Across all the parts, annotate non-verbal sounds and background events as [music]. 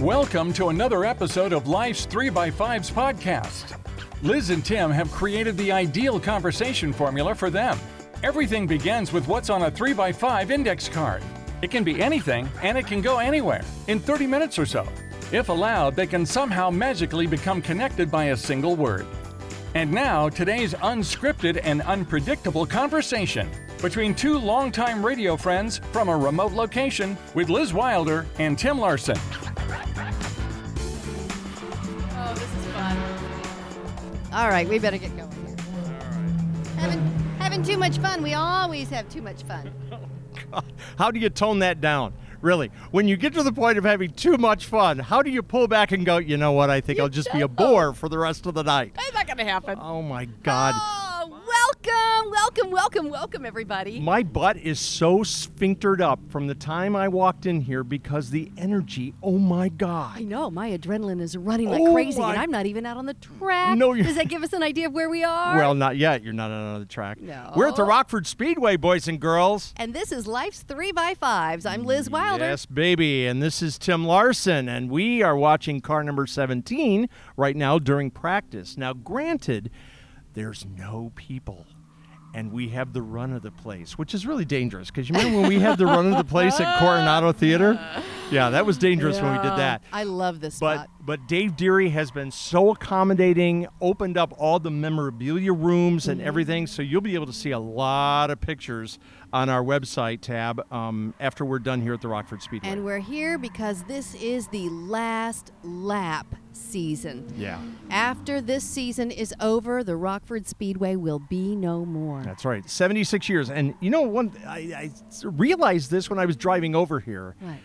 Welcome to another episode of Life's 3x5's podcast. Liz and Tim have created the ideal conversation formula for them. Everything begins with what's on a 3x5 index card. It can be anything, and it can go anywhere in 30 minutes or so. If allowed, they can somehow magically become connected by a single word. And now, today's unscripted and unpredictable conversation between two longtime radio friends from a remote location with Liz Wilder and Tim Larson. Oh, this is fun. All right, we better get going here. Having, having too much fun. We always have too much fun. How do you tone that down? Really, when you get to the point of having too much fun, how do you pull back and go, you know what, I think I'll just be a bore for the rest of the night? It's not gonna happen. Oh my God. Oh, welcome, welcome, welcome, welcome, everybody. My butt is so sphinctered up from the time I walked in here because the energy, oh my I God. know my adrenaline is running like Oh crazy, my- and I'm not even out on the track. No, you're- Does that give us an idea of where we are? Well, not yet. You're not on another track. No. We're at the Rockford Speedway, boys and girls. and this is Life's Three by Fives. I'm Liz Wilder. Mm, Yes, baby. And this is Tim Larson, and we are watching car number 17 right now during practice. Now, granted, there's no people. And we have the run of the place, which is really dangerous because you remember when we had the run of the place at Coronado Theater? Yeah, that was dangerous when we did that. I love this But spot. but Dave Deary has been so accommodating, opened up all the memorabilia rooms and everything, so you'll be able to see a lot of pictures on our website tab um, after we're done here at the Rockford Speedway. And we're here because this is the last lap season. yeah, After this season is over, the Rockford Speedway will be no more. that's right. Seventy-six years, and you know, one I, I realized this when I was driving over here Right.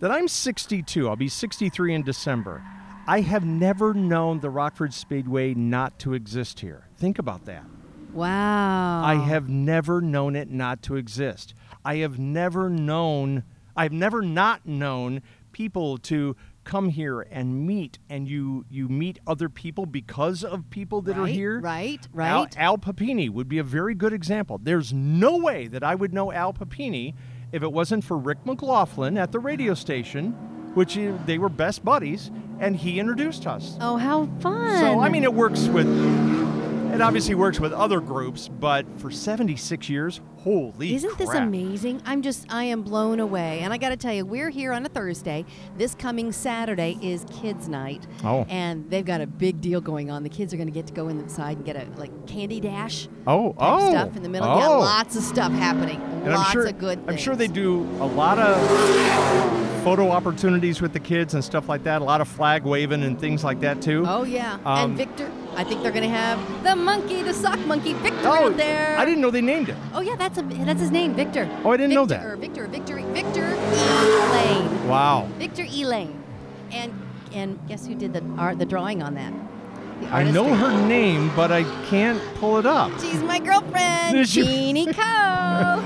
that I'm 62. I'll be 63 in December. I have never known the Rockford Speedway not to exist here. Think about that. Wow. I have never known it not to exist. I have never known, I've never not known people to come here and meet and you you meet other people because of people that are Right, here right, Al- right. al, papini would be a very good example there's no way that i would know al papini if it wasn't for rick mclaughlin at the radio station which uh, they were best buddies and he introduced us Oh, how fun! so I mean, it works with. It obviously works with other groups, but for 76 years, holy isn't this crap. amazing? I'm just, I am blown away. And I got to tell you, we're here on a Thursday. This coming Saturday is Kids Night. Oh. And they've got a big deal going on. The kids are going to get to go inside and get a like candy dash. Oh, type oh, Stuff in the middle. Oh. Yeah, lots of stuff happening. And lots I'm sure, of good. Things. I'm sure they do a lot of photo opportunities with the kids and stuff like that. A lot of flag waving and things like that too. Oh yeah. Um, and Victor, I think they're going to have the monkey, the sock monkey, Victor Oh, out there. I didn't know they named it. Oh yeah, that's a that's his name, Victor. Oh, I didn't know Victor- that. Or Victor, Victory, Victor Elaine. Wow. Victor Elaine. And and guess who did the art the drawing on that? The I know artist- her name, but I can't pull it up. She's my girlfriend, Is she- [laughs] Jeannie Coe.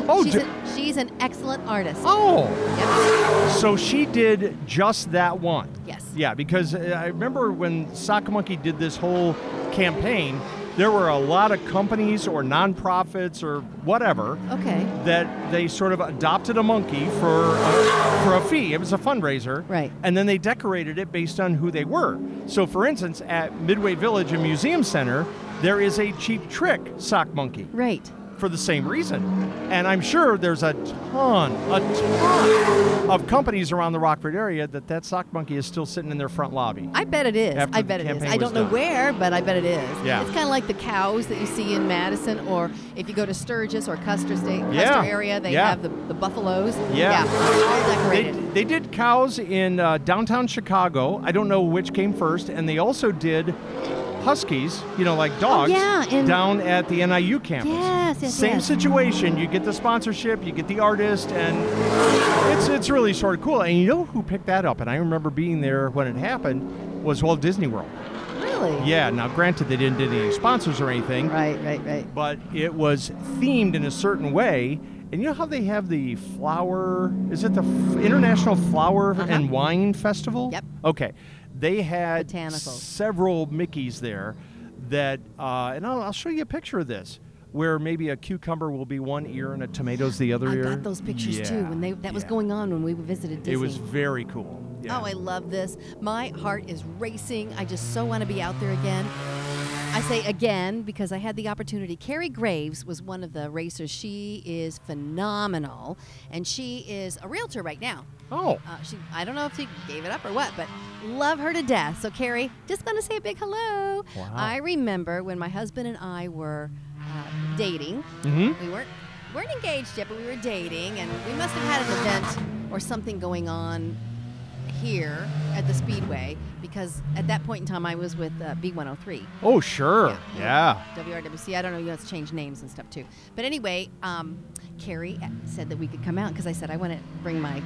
Oh, she's, Ju- a- she's an excellent artist. Oh, Yep. so she did just that one. Yes. Yeah, because uh, I remember when Sock Monkey did this whole campaign, there were a lot of companies or nonprofits or whatever Okay. that they sort of adopted a monkey for a, for a fee. It was a fundraiser. Right. And then they decorated it based on who they were. So for instance, at Midway Village and Museum Center, there is a cheap trick sock monkey Right. for the same reason. And I'm sure there's a ton, a ton of companies around the Rockford area that that sock monkey is still sitting in their front lobby. I bet it is. After I the bet it is. campaign I was don't know done. where, but I bet it is. Yeah. It's kind of like the cows that you see in Madison, or if you go to Sturgis or Custer State, Custer Yeah. area, they Yeah. have the, the buffaloes. Yeah. all They, decorated. they did cows in uh, downtown Chicago. I don't know which came first, and they also did huskies, you know, like dogs, Oh, yeah, in- down at the NIU campus. Yes, yes, Same yes. situation. You get the sponsorship, you get the artist, and it's it's really sort of cool. And you know who picked that up? And I remember being there when it happened. Was Walt Disney World. really? Yeah. Now, granted, they didn't do any sponsors or anything, Right, right, right. but it was themed in a certain way. And you know how they have the flower? Is it the F- International Flower and Wine Festival? Uh-huh. Yep. Okay. They had Botanicals. several Mickeys there that, uh, and I'll, I'll show you a picture of this. where maybe a cucumber will be one ear and a tomato's the other I ear. got those pictures too Yeah, when they that was yeah. going on when we visited Disney. It was very cool. Yeah. Oh, I love this. My heart is racing. I just so want to be out there again. I say again because I had the opportunity. Carrie Graves was one of the racers. She is phenomenal, and she is a realtor right now. Oh, Uh, she, I don't know if she gave it up or what, but love her to death. So, Carrie, just going to say a big hello. Wow. I remember when my husband and I were uh, dating. Mhm. We weren't weren't engaged yet, but we were dating, and we must have had an event or something going on here at the Speedway because at that point in time I was with uh, B103. oh sure. Yeah. WRWC. I don't know. You have to change names and stuff too. But anyway, um, Carrie said that we could come out because I said I want to bring my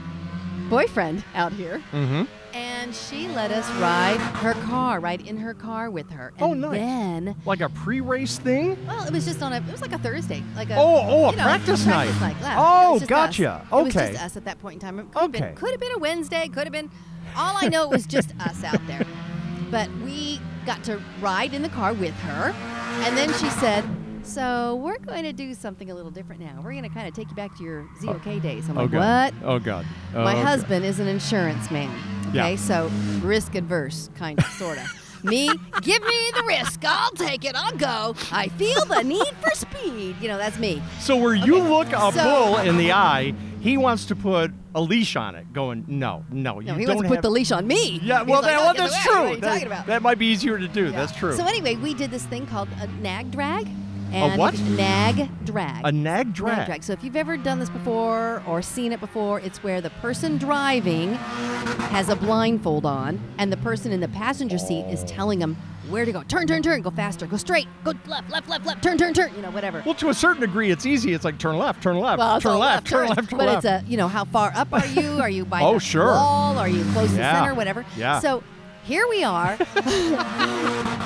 boyfriend out here, Mm-hmm. and she let us ride her car, ride in her car with her. And Oh, nice. Then, Like a pre-race thing? well, it was just on a. It was like a Thursday, like a. Oh, oh, a you know, practice night. yeah. It Oh, was just us. gotcha. It was Okay. just us at that point in time. It could have Okay. been, could have been a Wednesday. Could have been. All I know it was [laughs] just us out there. But we got to ride in the car with her, and then she said, "So we're going to do something a little different now. We're going to kind of take you back to your ZOK days." I'm Oh like, god. "What?" Oh god. Oh, My God. husband is an insurance man. Yeah. Okay, so risk adverse, kind of, sort [laughs] of. me, give me the risk. I'll take it. I'll go. I feel the need for speed. You know, that's me. So where you Okay, look a so- bull in the eye, he wants to put a leash on it. Going, no, no, you No, he don't wants to have. put the leash on me. yeah, He's well, like, that, "Don't well, get in the that's way. true. What are you that, talking about? that might be easier to do. Yeah. That's true. So anyway, we did this thing called a nag drag. And what? Nag drag. a nag drag. Nag drag. So if you've ever done this before or seen it before, it's where the person driving has a blindfold on, and the person in the passenger seat is telling them where to go. Turn, turn, turn. Go faster. Go straight. Go left, left, left, left. Turn, turn, turn. You know, whatever. Well, to a certain degree, it's easy. It's like turn left, turn left, Well, it's turn all left, turn turns, left, turn but left. it's a you know how far up are you? Are you by Oh, the sure. wall? Are you close to Yeah. center? Whatever. Yeah. So here we [laughs] are.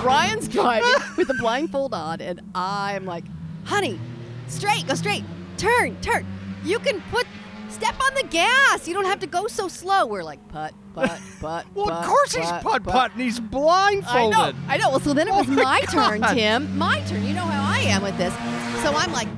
Brian's driving with the blindfold on, and I'm like, "Honey, straight, go straight, turn, turn. You can put step on the gas. You don't have to go so slow." We're like, "Putt, putt, putt." [laughs] well, putt, of course he's putt putt, and he's blindfolded. I know. I know. Well, so then it was Oh my my, turn, God. Tim. My turn. You know how I am with this. So I'm like,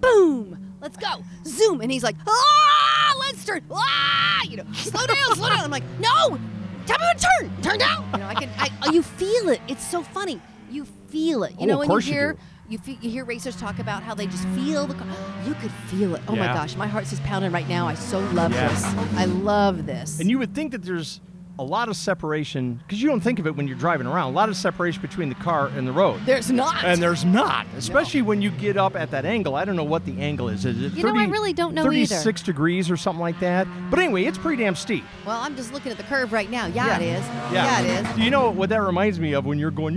boom, let's go, zoom, and he's like, ah, let's turn, ah, you know, slow down, slow down. I'm like, no, tell me when to turn, turn down. You know, I can, I, you feel it. It's so funny. You feel it. You Oh, know, of when course you you hear. do. You, fe- you hear racers talk about how they just feel the car. You could feel it. Oh Yeah. my gosh, my heart's just pounding right now. I so love Yeah. this. I love this. And you would think that there's a lot of separation because you don't think of it when you're driving around. A lot of separation between the car and the road. There's not. and there's not, especially when you get up at that angle. I don't know what the angle is. Is it You 30, know, I really don't know either. 36 degrees or something like that. But anyway, it's pretty damn steep. Well, I'm just looking at the curve right now. Yeah, it is. Yeah, it is. Do you know what that reminds me of when you're going,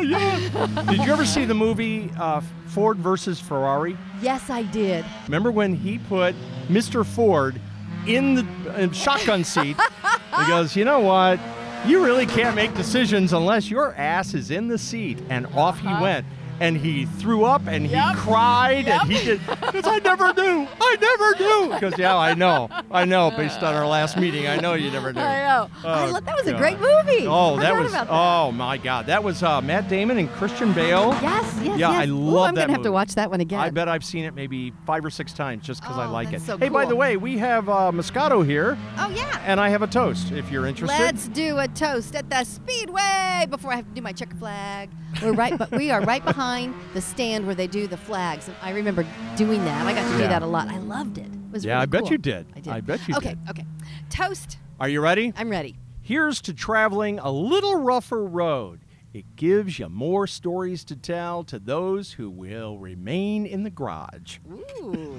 [laughs] yeah? Did you ever see the movie uh, Ford versus Ferrari? Yes, I did. Remember when he put Mr. Ford in the uh, shotgun seat? [laughs] he goes, you know what? You really can't make decisions unless your ass is in the seat. And off Uh-huh. he went. And he threw up and Yep. he cried and he did. Because I never knew. I never knew. Because, yeah, I know. I know. Based on our last meeting, I know you never knew. I know. I Oh, lo- that was a God. great movie. Oh, I that forgot was. about Oh, my God. That was uh, Matt Damon and Christian Bale. Yes, yes, Yeah, I yes. Ooh, love I'm that gonna have to movie. watch that one again. I bet I've seen it maybe five or six times just because I Oh, like that's it. so hey, by the cool. way, we have uh, Moscato here, Oh yeah. and I have a toast if you're interested. Let's do a toast at the Speedway before I have to do my checker flag. We're right, but we are right behind the stand where they do the flags. And I remember doing that. I got to do Yeah. that a lot. I loved it. It was Yeah, really I bet cool. you did. I did. I bet you okay, did. Okay, Toast. Are you ready? I'm ready. Here's to traveling a little rougher road. It gives you more stories to tell to those who will remain in the garage. [laughs] Ooh.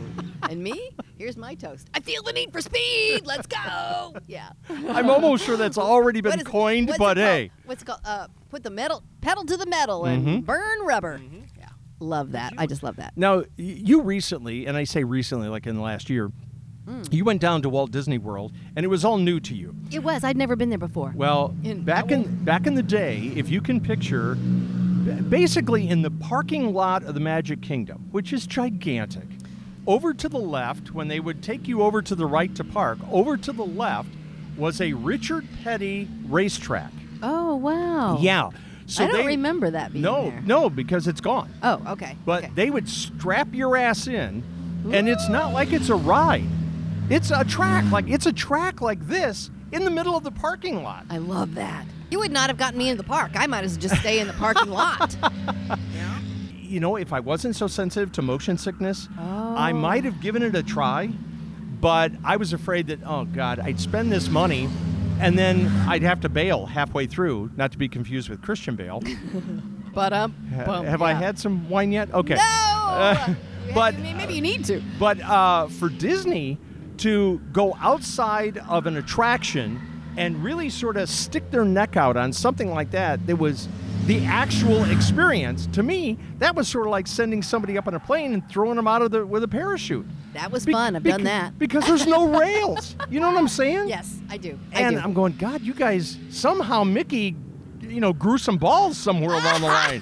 and me? Here's my toast. I feel the need for speed. Let's go. [laughs] Yeah. I'm almost sure that's already been What is- coined, what's it called? but hey. Mm-hmm. what's it called? Uh, put the metal pedal to the metal and burn rubber. Yeah, love that. I just love that. Now, y- you recently, and I say recently, like in the last year, Hmm. you went down to Walt Disney World, and it was all new to you. It was. I'd never been there before. Well, In- back in back in the day, if you can picture, b- basically in the parking lot of the Magic Kingdom, which is gigantic, over to the left, when they would take you over to the right to park, over to the left was a Richard Petty racetrack. oh wow. Yeah. So I don't they- remember that being No, there. no, because it's gone. Oh, okay. But okay. they would strap your ass in, and it's not like it's a ride. It's a track, like it's a track like this in the middle of the parking lot. I love that. You would not have gotten me in the park. I might as just stay in the parking [laughs] lot. You know, if I wasn't so sensitive to motion sickness, I Oh. might have given it a try, but I was afraid that oh god, I'd spend this money and then I'd have to bail halfway through, not to be confused with [laughs] Christian Bale. But um, Ha- have I had some wine yet? Okay. [laughs] No. Uh, but But maybe you need to. But uh, for Disney to go outside of an attraction and really sort of stick their neck out on something like that, that was the actual experience. To me, that was sort of like sending somebody up on a plane and throwing them out of the with a parachute. that was Be- fun. I've beca- done that. because there's no rails. You know what I'm [laughs] saying? Yes, I do. I And do. I'm going, God, you guys somehow Mickey, you know, grew some balls somewhere along [laughs] the line.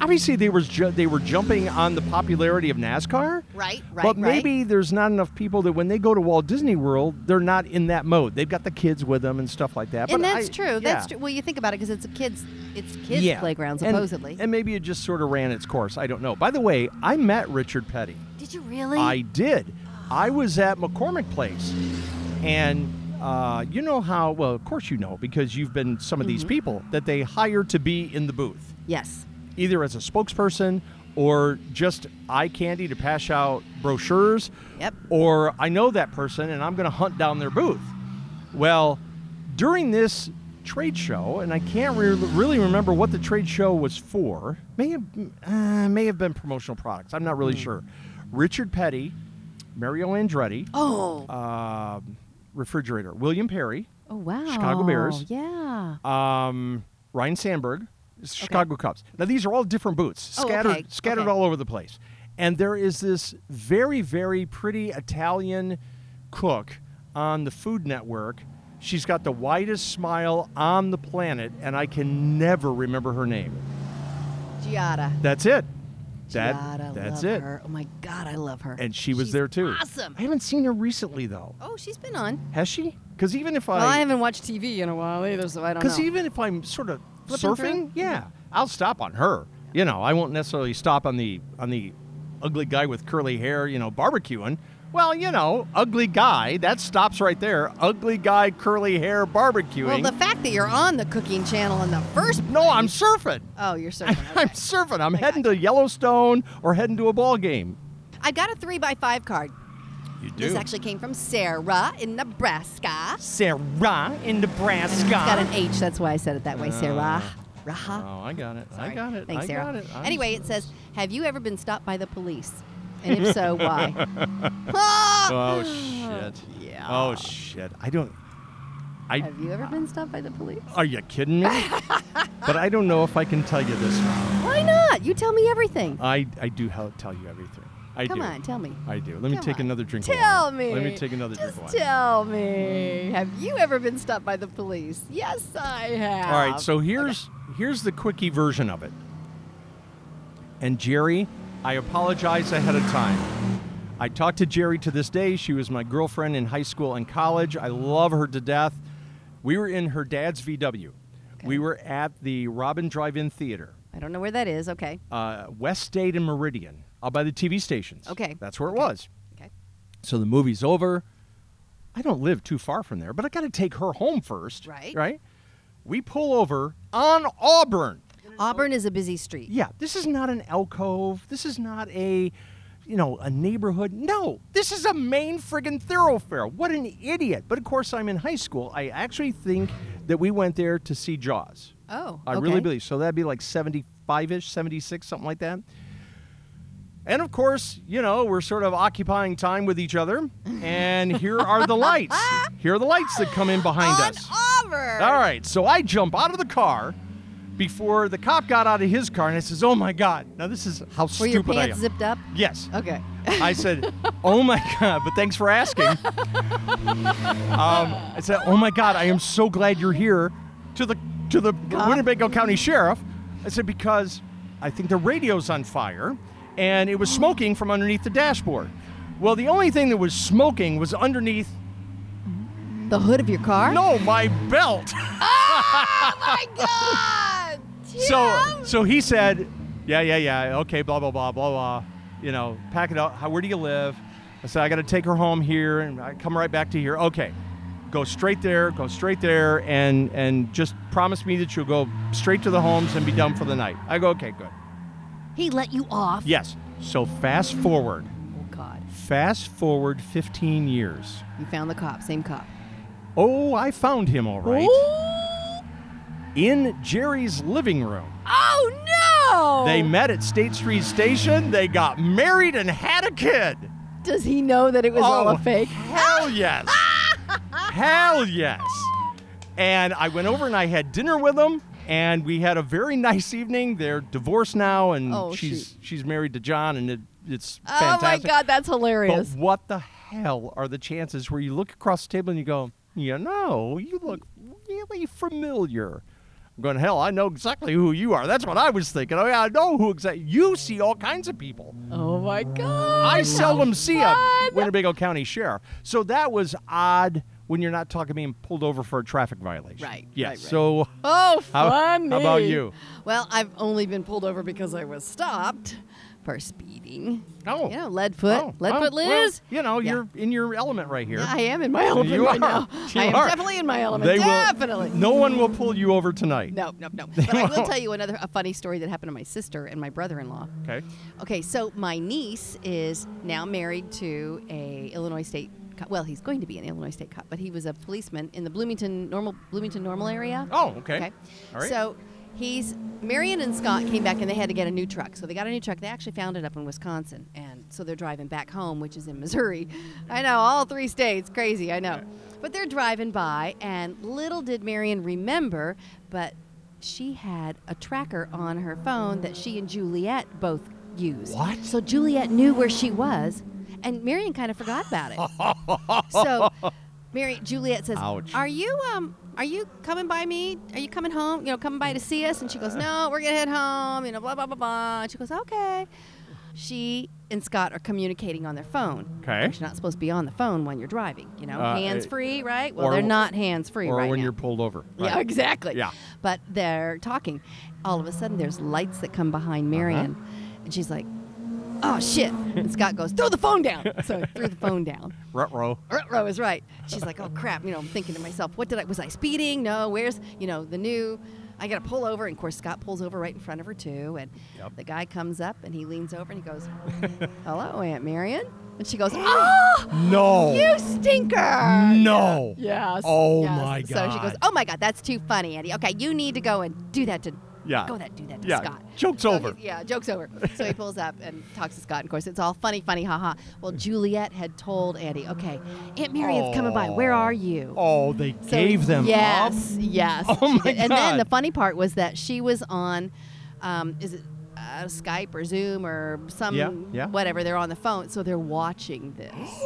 Obviously, they were ju- they were jumping on the popularity of NASCAR. Right, right, right. But maybe there's not enough people that when they go to Walt Disney World, they're not in that mode. They've got the kids with them and stuff like that. and But that's I- true. That's yeah. true. Well, you think about it because it's a kids, it's kids Yeah. playground And- supposedly. And, maybe it just sort of ran its course. I don't know. By the way, I met Richard Petty. Did you really? I did. I was at McCormick Place, and uh, you know how well, of course, you know because you've been some of these people that they hire to be in the booth, yes. either as a spokesperson or just eye candy to pass out brochures. Yep. Or I know that person and I'm going to hunt down their booth. Well, during this trade show, and I can't re- really remember what the trade show was for. May have uh, may have been promotional products. I'm not really Hmm. sure. Richard Petty, Mario Andretti, Oh. um, refrigerator. William Perry, oh wow. Chicago Bears. Yeah. um, Ryan Sandberg, Chicago Cubs. Now these are all different boots, Oh, okay, scattered scattered okay. all over the place. And there is this very very pretty Italian cook on the Food Network. She's got the widest smile on the planet, and I can never remember her name. Giada. That's it. That Giada, that's love it. Her. Oh my God, I love her. And she was She's there too. Awesome. I haven't seen her recently though. Oh, she's been on. Has she? Because even if Well, I haven't watched TV in a while either, so I don't know. Because even if I'm sort of Flipping through? surfing, yeah, I'll stop on her. You know, I won't necessarily stop on the on the ugly guy with curly hair. You know, barbecuing. Well, you know, ugly guy. That stops right there. Ugly guy, curly hair, barbecuing. Well, the fact that you're on the cooking channel in the first. no, I'm surfing. [laughs] Oh, you're surfing. I'm okay. surfing. I'm heading to Yellowstone or heading to a ball game. I got a three by five card. You This actually came from Sarah in Nebraska. Sarah in Nebraska. It's got an H. That's why I said it that way. Sarah. Raha. Uh, Oh, I got it. I Sorry. got it. Thanks, I Sarah. got it. I'm anyway, it says, "Have you ever been stopped by the police? And if [laughs] so, why?" Ah! [laughs] Oh shit. Yeah. Oh shit. I don't. I. Have you ever been stopped by the police? Are you [laughs] kidding me? but I don't know if I can tell you this. Why not? You tell me everything. I I do hel- tell you everything. I Come do. on, tell me. I do. Let me Come take on. another drink. of Tell wine. me. Let me take another Just drink. Of wine. tell me. Have you ever been stopped by the police? Yes, I have. All right. So here's here's the quickie version of it. And Jerry, I apologize ahead of time. I talked to Jerry to this day. She was my girlfriend in high school and college. I love her to death. We were in her dad's VW. We were at the Robin Drive-In Theater. I don't know where that is. Okay. uh, West State and Meridian, out by the TV stations. Okay. That's where it was. Okay. So the movie's over. I don't live too far from there, but I got to take her home first. Right. Right. We pull over on Auburn. Auburn is a busy street. Yeah, this is not an alcove. This is not a, you know, a neighborhood. No, this is a main friggin' thoroughfare. What an idiot. But of course, I'm in high school. I actually think that we went there to see Jaws. Oh, I really okay. believe. So that'd be like 75 ish, 76, something like that. And of course, you know, we're sort of occupying time with each other. And here are the [laughs] lights. Here are the lights that come in behind On us. Auburn. All right, so I jump out of the car before the cop got out of his car, and I says, "Oh my God! Now this is how Were stupid your I am." pants zipped up? yes, Okay. [laughs] I said, "Oh my God!" But thanks for asking. um, I said, "Oh my God! I am so glad you're here." To the to the Winnebago County Sheriff, I said because I think the radio's on fire, and it was smoking from underneath the dashboard. Well, the only thing that was smoking was underneath. The hood of your car? [laughs] No, my belt. [laughs] Oh my God! So so he said, yeah, yeah, yeah, okay, blah blah blah blah blah. You know, pack it up. How, where do you live? I said I got to take her home here, and I come right back to here. Okay, go straight there, go straight there, and and just promise me that you'll go straight to the homes and be done for the night. I go, okay, good. He let you off. Yes. So fast forward, Oh God. fast forward 15 years. You found the cop. Same cop. Oh, I found him all right Ooh. in Jerry's living room. Oh no. They met at State Street Station. They got married and had a kid. Does he know that it was all a [laughs] fake? Hell yes. hell yes. And I went over and I had dinner with them, and we had a very nice evening. They're divorced now, and Oh, she's she's married to John, and it, it's Oh my fantastic. God, that's But hilarious. what the hell are the chances where you look across the table and you go, you know, you look really familiar? I'm going, hell, I know exactly who you are. That's what I was thinking. I, mean, I know who exactly. You see all kinds of people. oh my God. I seldom see a fun. Winnebago County sheriff. So that was odd when you're not talking being pulled over for a traffic violation. Right, Yeah. right, right. So Oh, how, funny. how about you? Well, I've only been pulled over because I was stopped for speeding. Oh. You know, Leadfoot. Oh, Leadfoot oh, well, Liz. you know, Yeah. you're in your element right here. I am in my element You right are. now. You I am are. definitely in my element. They will- definitely. no one will pull you over tonight. No, no, no. But I will tell you another a funny story that happened to my sister and my brother-in-law. Okay. Okay, so my niece is now married to a Illinois state. Cop. Well, he's going to be an Illinois state cop, but he was a policeman in the Bloomington normal Bloomington normal area. Oh, okay. Okay. All right. So he's Marion and Scott came back and they had to get a new truck. So they got a new truck. They actually found it up in Wisconsin, and so they're driving back home, which is in Missouri. [laughs] I know all three states, crazy. I know, but they're driving by, and little did Marion remember, but she had a tracker on her phone that she and Juliet both used. What? So Juliet knew where she was, and Marion kind of forgot about [laughs] it. so. Mary Juliet says, Ouch. "Are you um are you coming by me? Are you coming home? You know, coming by to see us?" And she goes, "No, we're gonna head home." You know, blah blah blah blah. And she goes, "Okay." She and Scott are communicating on their phone. Okay. which You're not supposed to be on the phone when you're driving. You know, Uh, hands free, right? Well, or- they're not hands free or right when now. you're pulled over. [laughs] Yeah, Right. exactly. Yeah. But they're talking. All of a sudden, there's lights that come behind Uh-huh. Marion, and she's like, "Oh shit!" And Scott goes, "Throw the phone down." So I threw the phone down. Ruh-roh. Ruh-roh is right. She's like, oh crap, you know, I'm thinking to myself, what did I, was I speeding? No, where's, you know, the new, I got to pull over. And of course, Scott pulls over right in front of her too. And Yep. the guy comes up and he leans over and he goes, hello, Aunt Marion. And she goes, oh, No. you stinker. no. Yes. Oh yes. my So she God. goes, oh my God, that's too funny, Andy. Okay, you need to go and do that to, Yeah. go that, do that to Yeah. Scott. Joke's So over. he's- Yeah, joke's [laughs] over. So he pulls up and talks to Scott. and Of course, it's all funny, funny, haha. Well, Juliet had told Andy, okay, Aunt Marion's coming by. Where are you? Oh, they So- gave them Yes, yes. Oh she my did. And then God. the funny part was that she was on, um, is it uh, Skype or Zoom or some Yeah, yeah. whatever? They're on the phone, so they're watching this. [gasps]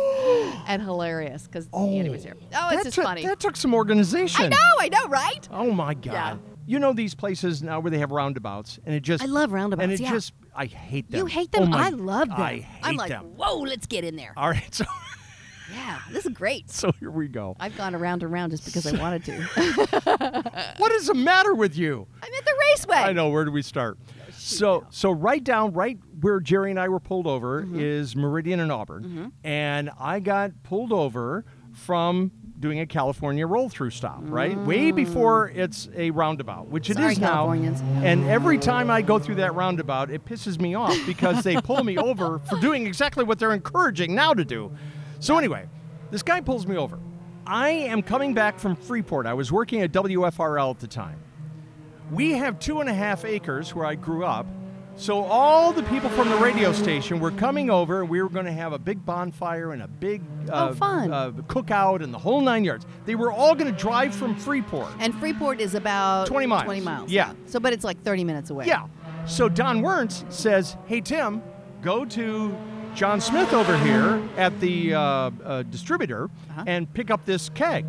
and hilarious because up. Oh, Andy was there. Oh, it's that just took- funny. That took some organization. I know, I know, right? Oh my God. Yeah. You know these places now where they have roundabouts, and it just I love roundabouts, And it yeah. just I hate them. You hate Oh them? my- I love them. I hate I'm like, them. whoa, let's get in there. All right, [laughs] so Yeah, this is great. so here we go. I've gone around and around just because I wanted [laughs] to. [laughs] Uh, What is the matter with you? I'm at the raceway. I know. Where do we start? So, so right down, right where Jerry and I were pulled over Mm-hmm. is Meridian and Auburn, and I got pulled over from doing a California roll through stop, right? Way before it's a roundabout, which it Mm. Sorry, is now. Californians. And every time I go through that roundabout, it pisses me off because they pull [laughs] me over for doing exactly what they're encouraging now to do. So anyway, this guy pulls me over. I am coming back from Freeport. I was working at WFRL at the time. We have two and a half acres where I grew up. So all the people from the radio station were coming over, and we were going to have a big bonfire and a big uh, fun. Uh, cookout and the whole nine yards. They were all going to drive from Freeport. And Freeport is about 20 miles. 20 miles. Yeah. So, but it's like 30 minutes away. Yeah. So Don Wernz says, "Hey Tim, go to John Smith over here at the uh, uh, distributor and pick up this keg."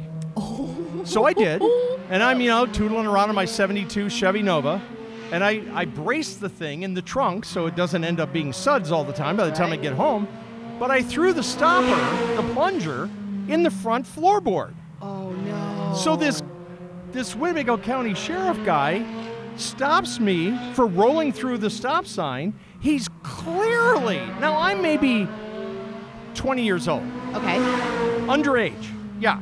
So I did, and I'm you know tootling around in my '72 Chevy Nova, and I I brace the thing in the trunk so it doesn't end up being suds all the time by the time I Right. get home. But I threw the stopper, the plunger, in the front floorboard. Oh no. So this this Winnebago County sheriff guy stops me for rolling through the stop sign. He's clearly, now I'm maybe 20 years old, Okay. underage, yeah.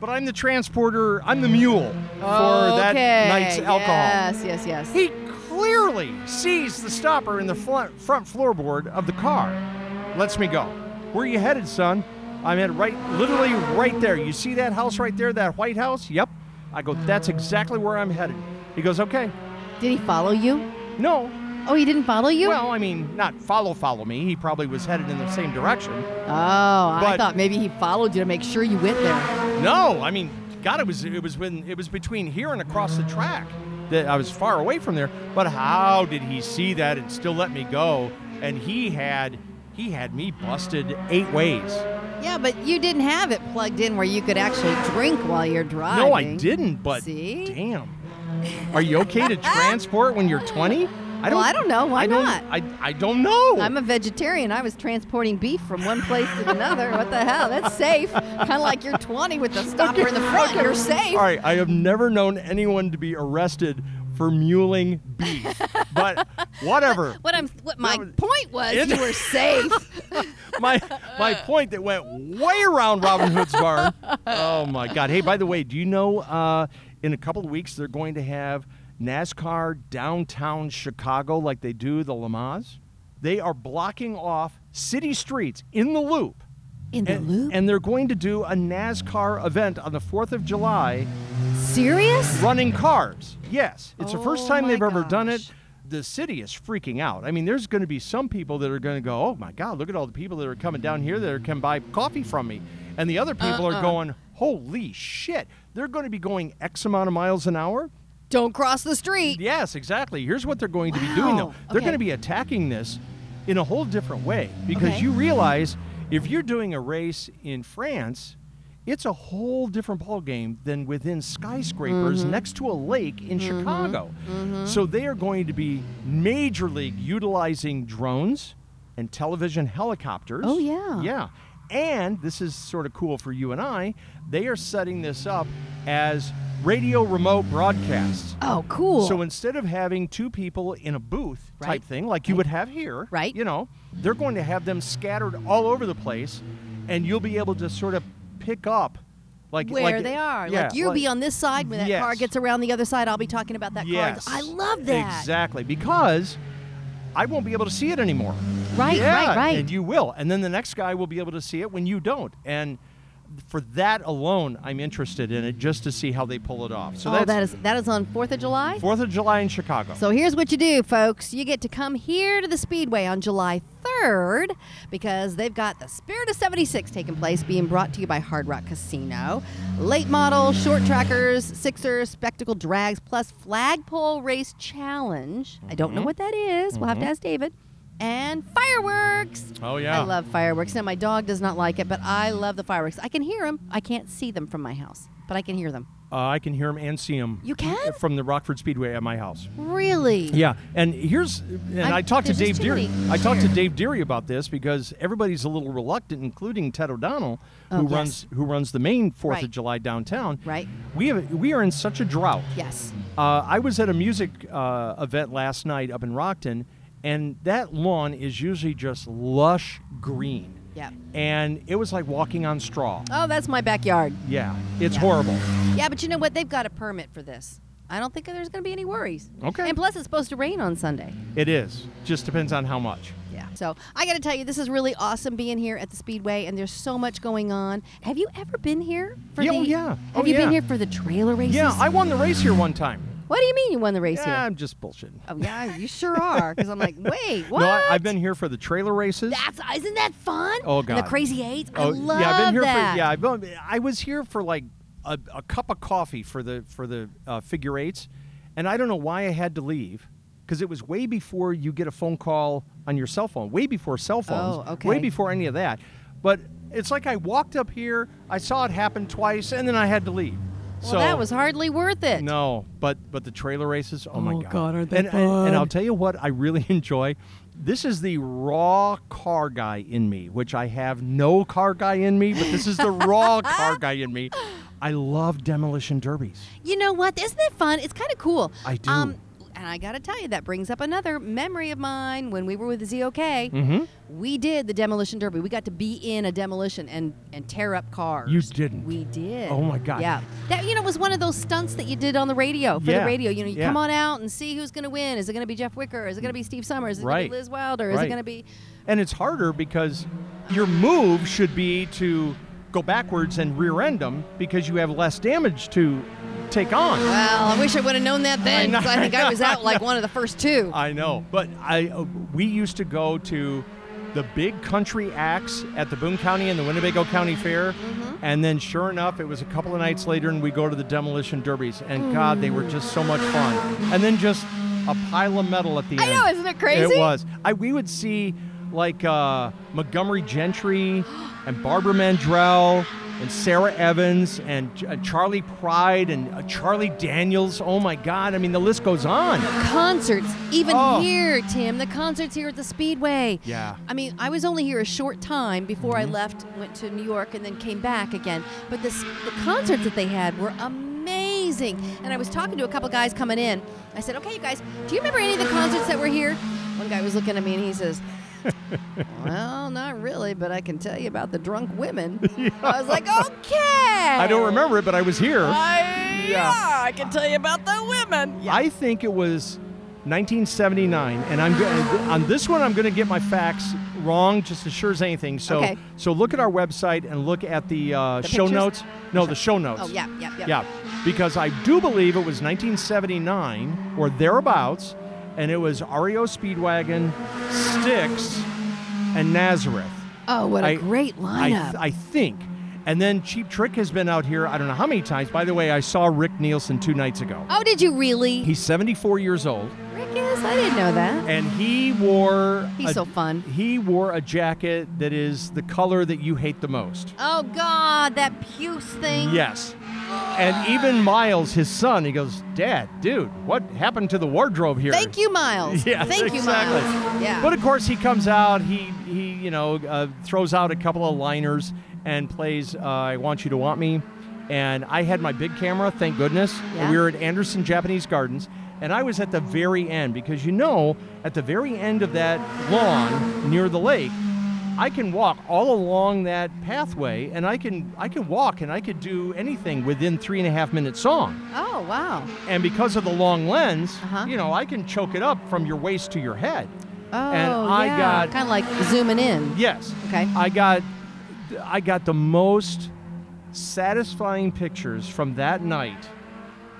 But I'm the transporter, I'm the mule for that Okay, night's alcohol. Yes, yes, yes. He clearly sees the stopper in the fl- front floorboard of the car. Lets me go. Where you headed, son? I'm at right, literally right there. You see that house right there, that White House? Yep. I go, that's exactly where I'm headed. He goes, okay. Did he follow you? No. Oh, he didn't follow you? Well, I mean, not follow, follow me. He probably was headed in the same direction. oh, I but- thought maybe he followed you to make sure you went there. No, I mean, God, it was it was when it was between here and across the track that I was far away from there. But how did he see that and still let me go? And he had he had me busted eight ways. Yeah, but you didn't have it plugged in where you could actually drink while you're driving. No, I didn't. But See? damn, are you okay to transport when you're 20? I Well, I don't know. Why I don't, not? I, I don't know. I'm a vegetarian. I was transporting beef from one place to another. What the hell? That's safe. Kind of like you're 20 with the stopper in the front. You're safe. All right, I have never known anyone to be arrested for muling beef, but [laughs] whatever. What I'm, what my No, it- point was, it- you were [laughs] safe. my my point that went way around Robin Hood's barn. Oh my God! Hey, by the way, do you know uh, in a couple of weeks they're going to have NASCAR downtown Chicago like they do the Lamas? They are blocking off city streets in the loop. In the and, loop? and they're going to do a NASCAR event on the 4th of July Serious? [laughs] running cars. Yes, it's the Oh first time my they've ever done gosh. it. The city is freaking out. I mean, there's going to be some people that are going to go, "Oh my God, look at all the people that are coming down here that are, can buy coffee from me," and the other people Uh-uh. are going, "Holy shit!" They're going to be going X amount of miles an hour. Don't cross the street. Yes, exactly. Here's what they're going to be doing, though. Wow. They're Okay. going to be attacking this in a whole different way because Okay. you realize if you're doing a race in France, it's a whole different ballgame than within skyscrapers Mm-hmm. next to a lake in Chicago. So they are going to be major league utilizing drones and television helicopters. Oh, yeah. Yeah. And this is sort of cool for you and I, they are setting this up as radio remote broadcasts. Oh, cool. So instead of having two people in a booth Right. type thing, like you would have here, Right. You know, they're going to have them scattered all over the place, and you'll be able to sort of pick up, like where like- they are. yeah, like you be on this side when that Yes. car gets around the other side. I'll be talking about that Yes, car. I love that. exactly because I won't be able to see it anymore. Right, yeah, right, right. And you will, and then the next guy will be able to see it when you don't, and. For that alone, I'm interested in it just to see how they pull it off. So oh, that's that is that is on Fourth of July. Fourth of July in Chicago. So here's what you do, folks. You get to come here to the Speedway on July 3rd because they've got the Spirit of 76 taking place, being brought to you by Hard Rock Casino. Late model, short trackers, sixers, spectacle drags, plus flagpole race challenge. I don't know what that is. We'll have to ask David. And fireworks. Oh, yeah. I love fireworks. Now my dog does not like it, but I love the fireworks. I can hear them. I can't see them from my house, but I can hear them. Uh, I can hear them and see them. You can? from the Rockford Speedway at my house. Really? Yeah, and here's and I'm- i talked to there's just Dave too Deary. many. I talked to Sure. Dave Deary about this because everybody's a little reluctant, including Ted O'Donnell, Oh, who yes. runs who runs the main Fourth Right. of July downtown. Right. We have we are in such a drought. Yes. Uh, I was at a music uh, event last night up in Rockton, and that lawn is usually just lush green. Yep. And it was like walking on straw. Oh, that's my backyard. Yeah, it's Yeah. horrible. Yeah, but you know what? They've got a permit for this. I don't think there's going to be any worries. Okay. And plus, it's supposed to rain on Sunday. It is. Just depends on how much. Yeah. So I got to tell you, this is really awesome being here at the Speedway, and there's so much going on. Have you ever been here for Yeah, the? oh, yeah. Have Oh, you been yeah. here for the trailer races? Yeah, I won the race here one time. what do you mean you won the race Yeah, here? I'm just bullshitting. Oh yeah, you sure are. Because [laughs] I'm like, wait, what? No, I, I've been here for the trailer races. that's isn't that fun? Oh, And the God. crazy eights. I oh, love yeah, I've been here that. for yeah, I've been, I was here for like a, a cup of coffee for the for the uh, figure eights, and I don't know why I had to leave because it was way before you get a phone call on your cell phone, way before cell phones, Oh, okay. way before any of that. But it's like I walked up here, I saw it happen twice, and then I had to leave. Well, so that was hardly worth [laughs] it. No, but but the trailer races. Oh, my Oh, god! God, aren't they and, and, fun? and I'll tell you what I really [laughs] enjoy. This is the raw car guy in me, which I have no car guy in me, but this is the [laughs] raw car guy in me. I love demolition derbies. You know what? Isn't that fun? It's kind of cool. I do. Um, And I got to tell you, that brings up another memory of mine when we were with the ZOK. Mm-hmm. We did the demolition derby. We got to be in a demolition and and tear up cars. You didn't. We did. Oh, my God. Yeah. That you know was one of those stunts that you did on the radio for Yeah. the radio. You know, you Yeah. come on out and see who's going to win. Is it going to be Jeff Wicker? Is it going to be Steve Summers? Is it going Right. to be Liz Wilder? Is Right. it going to be And it's harder because your move should be to go backwards and rear end them because you have less damage to take on. Well, I wish I would have known that then know, because I, think I was out like one of the first [laughs] two. I know, but I uh, we used to go to the big country acts at the Boone County and the Winnebago County Fair, Mm-hmm. and then sure enough, it was a couple of nights later, and we go to the demolition derbies, and Mm. God, they were just so much fun. And then just a pile of metal at the end. know, isn't it crazy? It was. I we would see like uh, Montgomery [gasps] Gentry and Barbara Mandrell. And Sarah Evans and J- uh, Charlie Pride and uh, Charlie Daniels. Oh my God! I mean, the list goes on. Concerts, even Oh. here, Tim, the concerts here at the Speedway. Yeah. Mm-hmm. I mean, I was only here a short time before I left, went to New York, and then came back again. But this, the concerts that they had were amazing. And I was talking to a couple guys coming in. I said, okay, you guys, do you remember any of the concerts that were here? One guy was looking at me and he [laughs] says, well, not really, but I can tell you about the drunk [laughs] women. I was like, okay. I don't remember it, but I was here. I, Yeah. I can tell you about the women. I think it was 1979, and I'm go- on this one. I'm going to get my facts wrong, just as sure as anything. So, Okay. so look at our website and look at the, uh, The show pictures? notes. No, the show notes. Oh, yeah, yeah, yeah. Yeah, because I do believe it was 1979 or thereabouts, and it was REO Speedwagon, Styx, and Nazareth. Oh, what a I- great I, lineup. I think. And then Cheap Trick has been out here, I don't know how many times. By the way, I saw Rick Nielsen two nights ago. oh, did you really? He's 74 years old, Rick is? I didn't know that. and he wore. He's a- so fun. He wore a jacket that is the color that you hate the most. Oh, God, that puce thing. Yes. And even Miles, his son, he goes, Dad, dude, what happened to the wardrobe here? Thank you, [laughs] Miles. Yeah, Thank you, exactly. Miles. Yeah. But of course, he comes out. He he, you know, uh, throws out a couple of liners and plays uh, "I Want You to Want Me." And I had my big camera, thank goodness. Yeah. We were at Anderson Japanese Gardens, and I was at the very end because you know, at the very end of that lawn near the lake, I can walk all along that pathway, and I can I can walk and I could do anything within three and a half minutes song. oh, wow. And because of the long lens, Uh-huh. you know, I can choke it up from your waist to your head. Oh, and I yeah. got kind of like zooming in. yes, Okay. I got I got the most satisfying pictures from that night.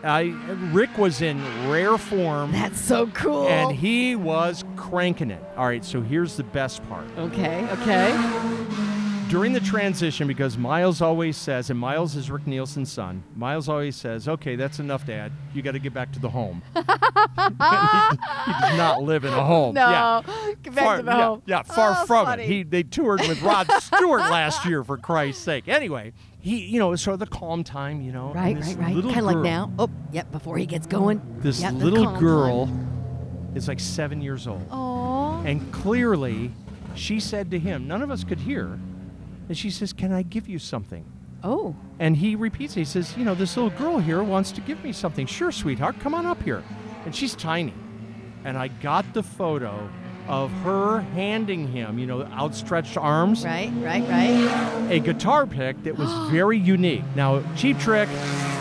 I Rick was in rare form That's so cool. and he was cranking it. All right, so here's the best part. okay, okay. During the transition because Miles always says and Miles is Rick Nielsen's son. Miles always says, "Okay, that's enough, dad. You got to get back to the home." [laughs] he, he does not live in a [laughs] home. No. Yeah. Get [gasps] back far, to the yeah, home. yeah, far Oh, from funny. it. He they toured with [laughs] Rod Stewart last year for Christ's sake. Anyway, he you know it's sort of the calm time, you know. and Right, this right, right. little Kind of like girl- now. Oh, yep, before he gets going. This Yep, the little calm girl is like seven years old, time. Aw. and clearly, she said to him, none of us could hear, and she says, "Can I give you something?" Oh. And he repeats it. He says, You know, this little girl here wants to give me something. Sure, sweetheart, come on up here. And she's tiny. And I got the photo of her handing him, you know, outstretched arms, Right, right, right. a guitar pick that was very unique. Now, Cheap Trick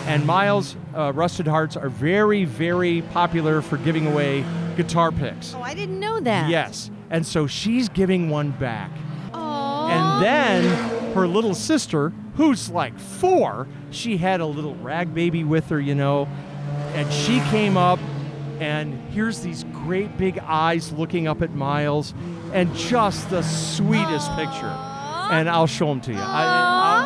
and Miles uh, Rusted Hearts are very, very popular for giving away guitar picks. Oh, I didn't know that. Yes. And so she's giving one back. Aw. And then her little sister, who's like four, she had a little rag baby with her, you know, and she came up, and here's these great big eyes looking up at Miles, and just the sweetest picture. And I'll show them to you. I,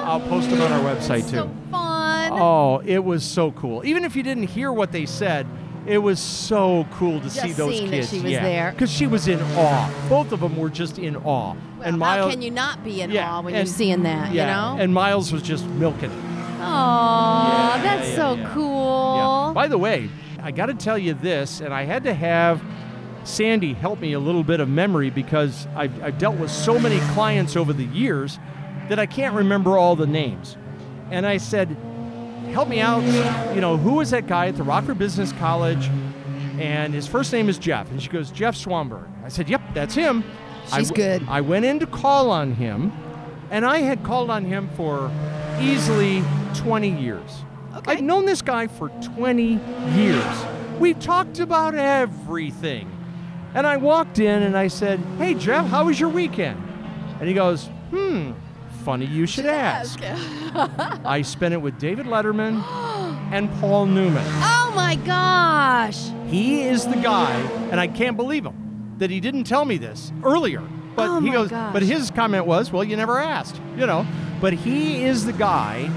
I'll, I'll post them on our website too. so fun. Oh, it was so cool. Even if you didn't hear what they said, it was so cool to see Just those seeing that kids. she was there. because she was in awe. Both of them were just in awe. Well, and how Miles, can you not be in Yeah, awe when and- you're seeing that? yeah, You know. and Miles was just milking. it. Aw, Yeah, that's yeah, so yeah. Yeah. cool. By the way, I got to tell you this, and I had to have Sandy help me a little bit of memory because I've, I've dealt with so many clients over the years that I can't remember all the names. And I said, help me out. You know, who was that guy at the Rockford Business College? and his first name is Jeff. And she goes, Jeff Swanberg. I said, Yep, that's him. I She's good. I went in to call on him, and I had called on him for easily 20 years. Okay. I've known this guy for 20 years. We've talked about everything. And I walked in and I said, Hey, Jeff, how was your weekend? And he goes, Hmm, funny you should ask. I spent it with David Letterman and Paul Newman. Oh my gosh. He is the guy, and I can't believe him that he didn't tell me this earlier. But Oh he my goes, gosh. but his comment was, well, you never asked, you know. But he is the guy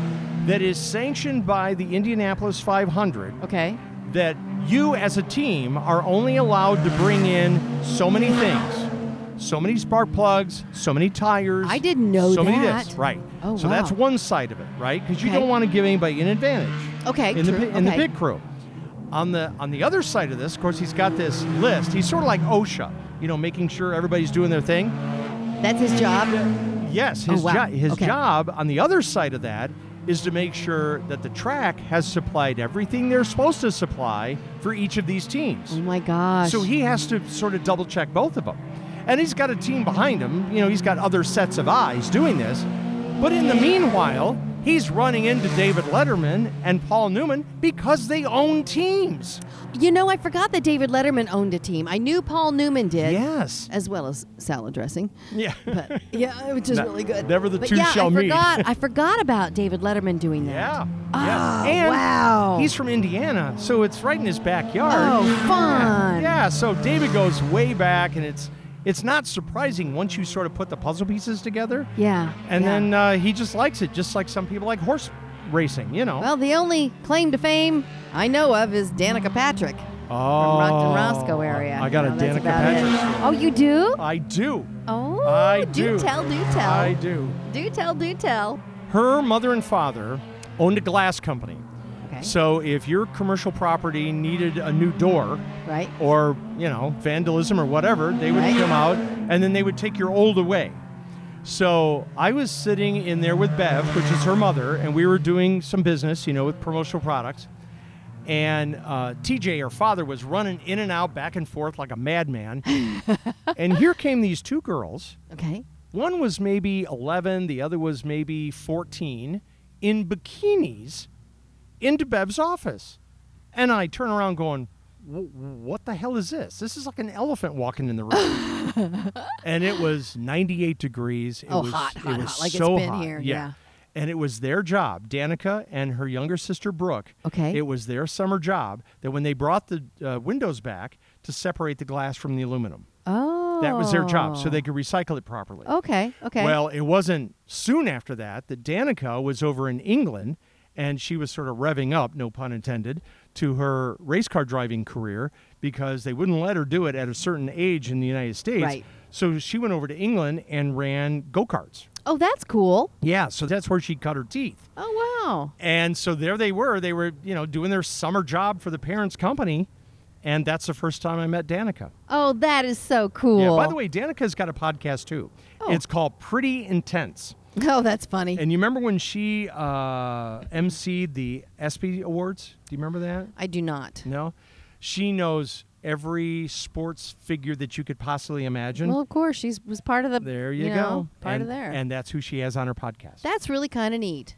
that is sanctioned by the Indianapolis 500 Okay. that you as a team are only allowed to bring in so many things. So many spark plugs, so many tires. I didn't know so many that. this, right? Oh, so that's wow. one side of it, right? Because you Okay. don't want to give anybody an advantage Okay. in the true. pit, in the okay. pit crew. On the on the other side of this, of course, he's got this list. He's sort of like OSHA, you know, making sure everybody's doing their thing. That's his job. Yes, his Oh, wow. job his Okay. job on the other side of that is to make sure that the track has supplied everything they're supposed to supply for each of these teams. Oh my gosh. So he has to sort of double check both of them. And he's got a team behind him. You know, he's got other sets of eyes doing this. But in the meanwhile, he's running into David Letterman and Paul Newman because they own teams. You know, I forgot that David Letterman owned a team. I knew Paul Newman did. Yes. As well as salad dressing. Yeah. But yeah, which is Ne- really good. never the but two yeah, shall I meet. [laughs] forgot. I forgot about David Letterman doing that. yeah. Oh, And wow. He's from Indiana, so it's right in his backyard. Oh, fun. Yeah, so David goes way back and it's it's not surprising once you sort of put the puzzle pieces together. Yeah. And yeah. then uh, he just likes it, just like some people like horse racing, you know. Well, the only claim to fame I know of is Danica Patrick oh, from Rockton Roscoe area. I got a You know, that's Danica about Patrick. it. story. Oh, you do? I do. Oh, I [laughs] do. do tell, do tell. I do. Do tell, do tell. Her mother and father owned a glass company. Okay. So if your commercial property needed a new door Right. or, you know, vandalism or whatever, they would Right. come out and then they would take your old away. So I was sitting in there with Bev, which is her mother, and we were doing some business, you know, with promotional products. And uh, TJ, her father, was running in and out, back and forth like a madman. and here came these two girls. Okay. One was maybe 11, the other was maybe 14, in bikinis into Bev's office. And I turn around going, "Wh- What the hell is this? This is like an elephant walking in the room. [laughs] and it was 98 degrees. It Oh, was, hot, hot, it was hot, like it's so been hot. here, yeah. And it was their job, Danica and her younger sister Brooke. Okay. It was their summer job that when they brought the uh, windows back to separate the glass from the aluminum. Oh. That was their job, so they could recycle it properly. Okay. Okay. Well, it wasn't soon after that that Danica was over in England and she was sort of revving up, no pun intended, to her race car driving career because they wouldn't let her do it at a certain age in the United States. Right. So she went over to England and ran go karts. oh, that's cool. Yeah, so that's where she cut her teeth. Oh wow. And so there they were. They were, you know, doing their summer job for the parents' company. And that's the first time I met Danica. Oh, that is so cool. Yeah, by the way, Danica's got a podcast too. Oh. It's called Pretty Intense. [laughs] Oh, that's funny. And you remember when she uh, emceed the ESPY Awards? Do you remember that? I do not. No. She knows every sports figure that you could possibly imagine. Well, of course, she's was part of the. there you, go. know, part and, of there. And that's who she has on her podcast. that's really kind of neat.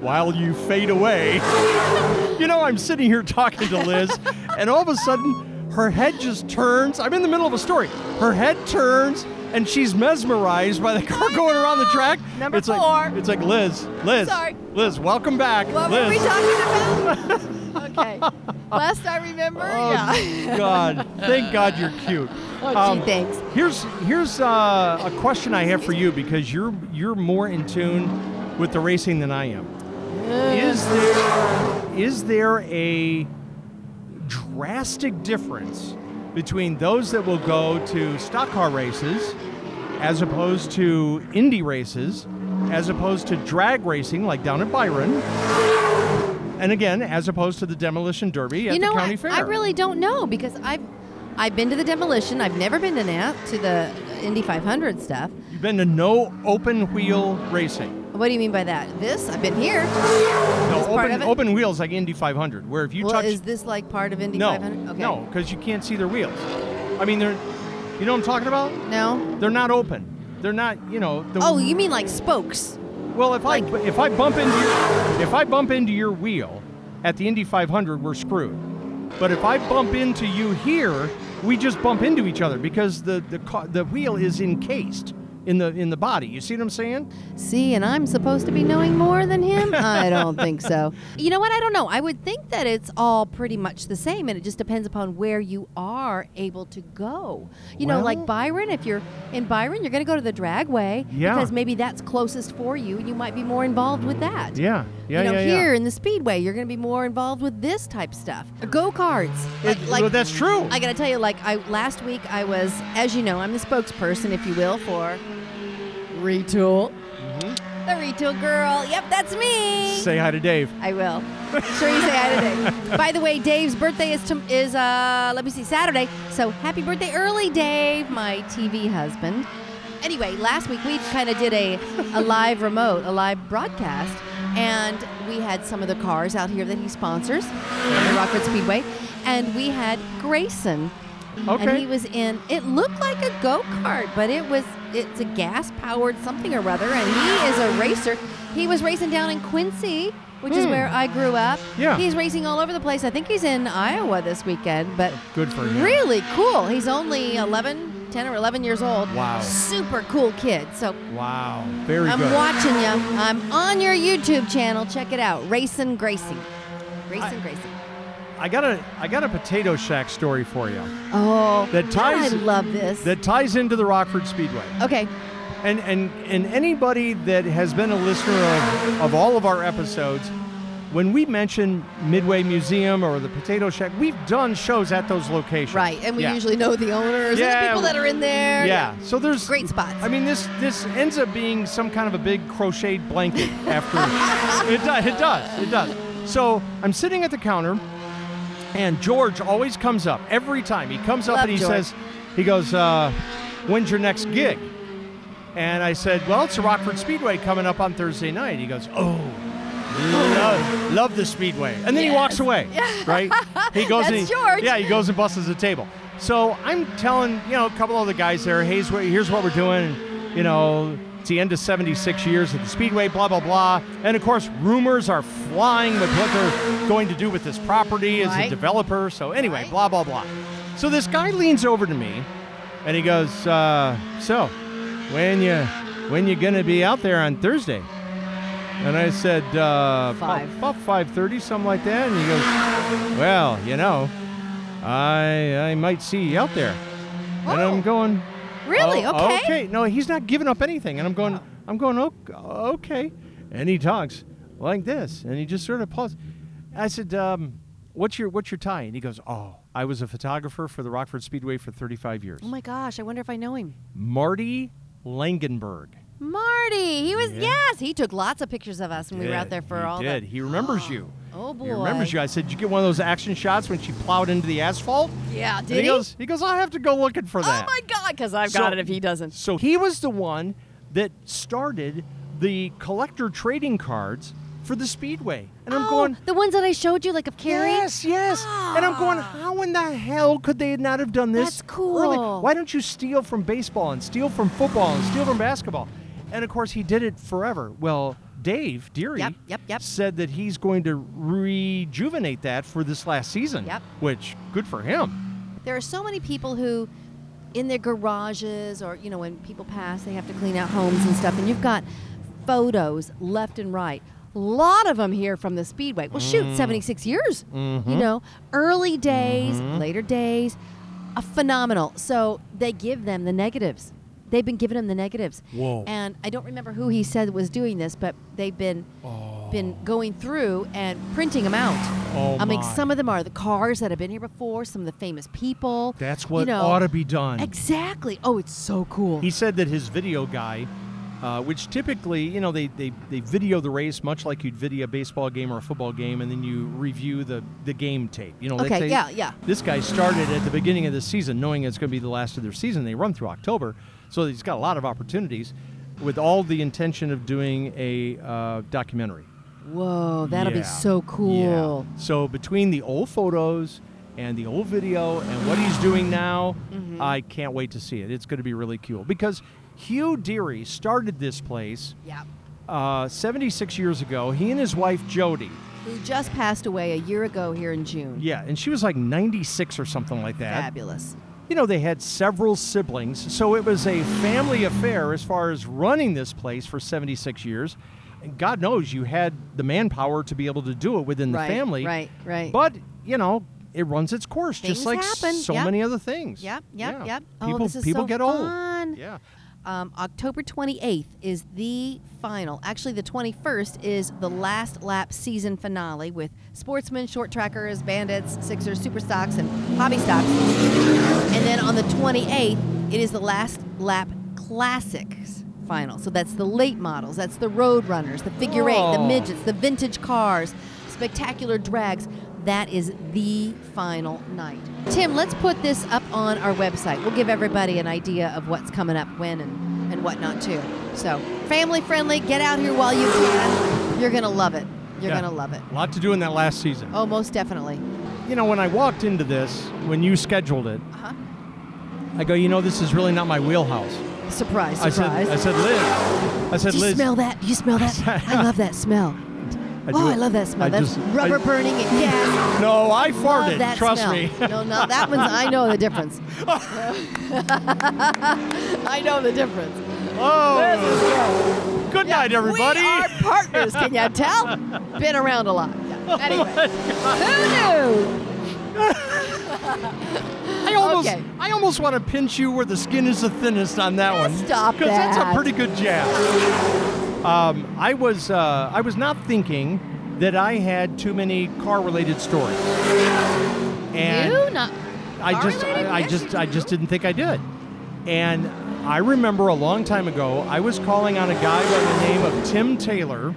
While you fade away, [laughs] you know I'm sitting here talking to Liz, [laughs] and all of a sudden her head just turns. I'm in the middle of a story. Her head turns. And she's mesmerized by the car going around the track. Number it's four. Like, it's like Liz, Liz, Sorry. Liz. Welcome back, Liz. talking about? [laughs] okay. Last I remember, Oh, [laughs] yeah. God, thank God you're cute. Um, Oh, gee, thanks. Here's here's uh, a question I have for you because you're you're more in tune with the racing than I am. Is there is there a drastic difference between those that will go to stock car races as opposed to Indy races, as opposed to drag racing like down at Byron? And again, as opposed to the demolition derby at you know, the county I, fair. I really don't know because I've I've been to the demolition. I've never been to NAP to the Indy 500 stuff. You've been to no open wheel racing. What do you mean by that? This? I've been here. No, part open, of it? open wheels like Indy 500, where if you well, touch is this like part of Indy no, 500? Okay. no, because you can't see their wheels. I mean, they're you know what I'm talking about? No? They're not open. They're not, you know. The, Oh, you mean like spokes? well, if I if I bump into your, if I bump into your wheel at the Indy 500, we're screwed. But if I bump into you here, we just bump into each other because the the ca- the wheel is encased in the in the body. You see what I'm saying? See, and I'm supposed to be knowing more than [laughs] him? I don't think so. You know what? I don't know. I would think that it's all pretty much the same, and it just depends upon where you are able to go. You know, Well- like Byron, if you're in Byron, you're going to go to the dragway Yeah. because maybe that's closest for you, and you might be more involved with that. Yeah, yeah, you know, yeah, yeah. here in the speedway, you're going to be more involved with this type stuff. Go karts. It- well, that's true. I gotta tell you, like I last week, I was, as you know, I'm the spokesperson, if you will, for Retool. The Retool girl. Yep, that's me. Say hi to Dave. I will. Sure, you say hi to Dave. By the way, Dave's birthday is tom is uh let me see Saturday. So happy birthday early, Dave, my TV husband. Anyway, last week we kind of did a a live remote, a live broadcast, and we had some of the cars out here that he sponsors, the Rockford Speedway, and we had Grayson. And Okay. he was in. It looked like a go kart, but it was. It's a gas powered something or other, and he is a racer. He was racing down in Quincy, which is Hmm. where I grew up. Yeah. He's racing all over the place. I think he's in Iowa this weekend, but Good for him. really cool. He's only 11, 10 or 11 years old. Wow. Super cool kid. So Wow. Very I'm good. watching you. I'm on your YouTube channel. Check it out. Racing Gracie. Racing Gracie. I got a I got a potato shack story for you Oh, That ties- I love this. that ties into the Rockford Speedway. okay. And and and anybody that has been a listener of, of all of our episodes, when we mention Midway Museum or the Potato Shack, we've done shows at those locations. Right, and we Yeah. usually know the owners and Yeah, the people that are in there. Yeah. So there's Great spots. I mean this this ends up being some kind of a big crocheted [laughs] blanket after it does it does. It does. So I'm sitting at the counter and George always comes up every time. He comes up Love and he George. says he goes, uh, when's your next gig? And I said, Well, it's the Rockford Speedway coming up on Thursday night. He goes, Oh, Oh. love, love the Speedway. And then he [laughs] walks away. Right? He goes and That's he- George. Yeah, he goes and busts a table. So I'm telling, you know, a couple of the guys there, hey, here's what we're doing. You know, it's the end of 76 years at the Speedway, blah, blah, blah. And of course, rumors are flying with what they're going to do with this property as a Right. developer. So anyway, Right. blah, blah, blah. So this guy leans over to me and he goes, uh, so when you when you gonna be out there on Thursday? And I said, uh, Five. about five thirty, something like that. And he goes, well, you know, I I might see you out there. And I'm Oh. going, Really? "Oh, okay. Okay. No, he's not giving up anything. And I'm going, I'm going, "Ok- okay. And he talks like this, and he just sort of pauses. I said, um, what's your what's your tie? And he goes, oh, I was a photographer for the Rockford Speedway for 35 years. Oh my gosh, I wonder if I know him. Marty Langenberg. Marty, he was Yeah. yes, he took lots of pictures of us when we were out there for he all did. He remembers you. [gasps] Oh, He remembers boy. you. I said, "Did you get one of those action shots when she plowed into the asphalt?" the Yeah, and did he, he? goes, "He goes, I have to go looking for oh that." my god, because I've So- got it if he doesn't. So he was the one that started the collector trading cards for the Speedway, and I'm oh, going. the ones that I showed you, like of Carrie. Yes, yes. And I'm going, how in the hell could they not have done this? Ah. That's cool. early? Why don't you steal from baseball and steal from football and steal from basketball? And of course, he did it forever. Well, Dave Deary Yep, yep, yep. said that he's going to rejuvenate that for this last season, Yep. which good for him. There are so many people who, in their garages or, you know, when people pass, they have to clean out homes and stuff. And you've got photos left and right. A lot of them here from the Speedway. Well, shoot, 76 years. You know, early days, later days, a phenomenal. So they give them the negatives. They've been giving them the negatives. Whoa. And I don't remember who he said was doing this, but they've been been going through and printing them out. Oh, I mean, my. some of them are the cars that have been here before, some of the famous people. That's you what know. ought to be done. Exactly. Oh, it's so cool. He said that his video guy, uh, which typically, you know, they, they, they video the race much like you'd video a baseball game or a football game, and then you review the, the game tape. You know, let's Okay, say yeah, yeah. This guy started at the beginning of the season knowing it's going to be the last of their season. They run through October, so he's got a lot of opportunities. with all the intention of doing a uh, documentary. Whoa, that'll Yeah. be so cool. Yeah. So between the old photos and the old video and what he's doing now, Mm-hmm. I can't wait to see it. It's going to be really cool because Hugh Deary started this place Yeah. uh, 76 years ago. He and his wife Jody. Who just passed away a year ago here in June. Yeah, and she was like 96 or something like that. Fabulous. You know, they had several siblings, so it was a family affair as far as running this place for 76 years. And God knows you had the manpower to be able to do it within Right, the family. right, right. But, you know, it runs its course, Things just like s- happen, so yep. many other things. Yep, yep, Yeah. yep. People, oh, this is people so get fun. old. Yeah. Um, October 28th is the final. Actually, the 21st is the last lap season finale with sportsmen, short trackers, bandits, sixers, super stocks, and hobby stocks. And then on the 28th, it is the last lap classics final. So that's the late models, that's the road runners, the figure eight, the Oh. midgets, the vintage cars, spectacular drags. That is the final night. Tim, let's put this up on our website. We'll give everybody an idea of what's coming up, when, and, and whatnot, too. So, family friendly, get out here while you can. You're going to love it. You're Yeah. going to love it. A lot to do in that last season. Oh, most definitely. You know, when I walked into this, when you scheduled it, Uh-huh. I go, you know, this is really not my wheelhouse. Surprise, I said, surprise. I said, Liz. I said, Do you Liz. smell that? Do you smell that? I [laughs] love that smell. I oh, do- I love that smell. I That's just- I- rubber burning and gas. No, I Love farted. that trust smell. me. no, no, that one's. I know the [laughs] difference. I know the difference. Oh, good night, everybody. We are partners. Can you tell? Been around a lot. Oh Yeah. Anyway, who knew? I almost, okay. I almost want to pinch you where the skin is the thinnest on that one. stop Because that's a that. pretty good jab. Um, I was, uh, I was not thinking that I had too many car-related stories. And You not. I just, car-related? I, I Yes, just, you I just didn't think I did. And I remember a long time ago, I was calling on a guy by the name of Tim Taylor,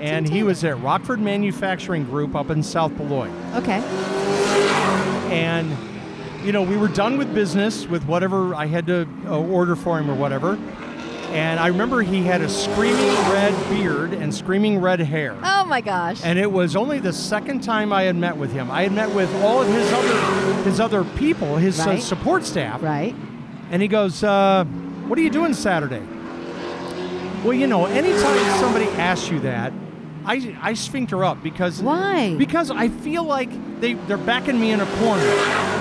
and he was at Rockford Manufacturing Group up in South Beloit. Okay. and you know we were done with business with whatever i had to uh, order for him or whatever and i remember he had a screaming red beard and screaming red hair Oh my gosh. and it was only the second time i had met with him i had met with all of his other his other people his uh, Right. support staff right. and he goes uh, what are you doing saturday well you know anytime somebody asks you that i i sphincter up because Why? because I feel like they, they're backing me in a corner.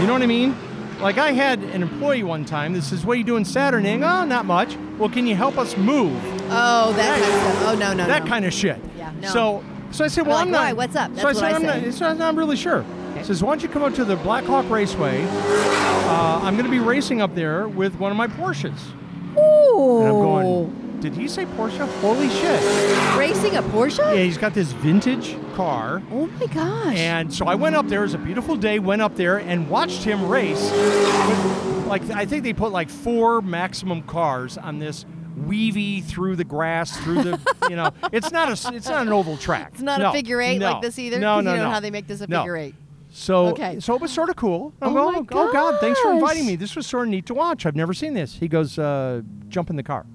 You know what I mean? Like I had an employee one time that says, What are you doing Saturday? And, oh, not much. Well, can you help us move? Oh, that kind of stuff. Oh no, no, that no. kind of shit. Yeah, no. So so I said, I'm Well, like, I'm not. "Why? What's up?" so I That's said, what I I'm say. not so I'm not really sure. Says, Why don't you come up to the Black Hawk Raceway? Uh, I'm going to be racing up there with one of my Porsches. Ooh. And I'm Oh. going, Did he say Porsche? Holy shit. Racing a Yeah, Porsche? he's got this vintage car. Oh my gosh. And so I went up there. It was a beautiful day. Went up there and watched him race. With, like I think they put like four maximum cars on this weavy through the grass [laughs] through the you know it's not a s- it's not an oval track. it's not No, a figure eight no, like this either. No, 'cause no, you know no. how they make this a No. figure eight. [gasps] So Okay. so it was sort of cool. I'm Oh going, my oh God, thanks for inviting gosh. me. This was sort of neat to watch. I've never seen this. He goes, uh, jump in the car.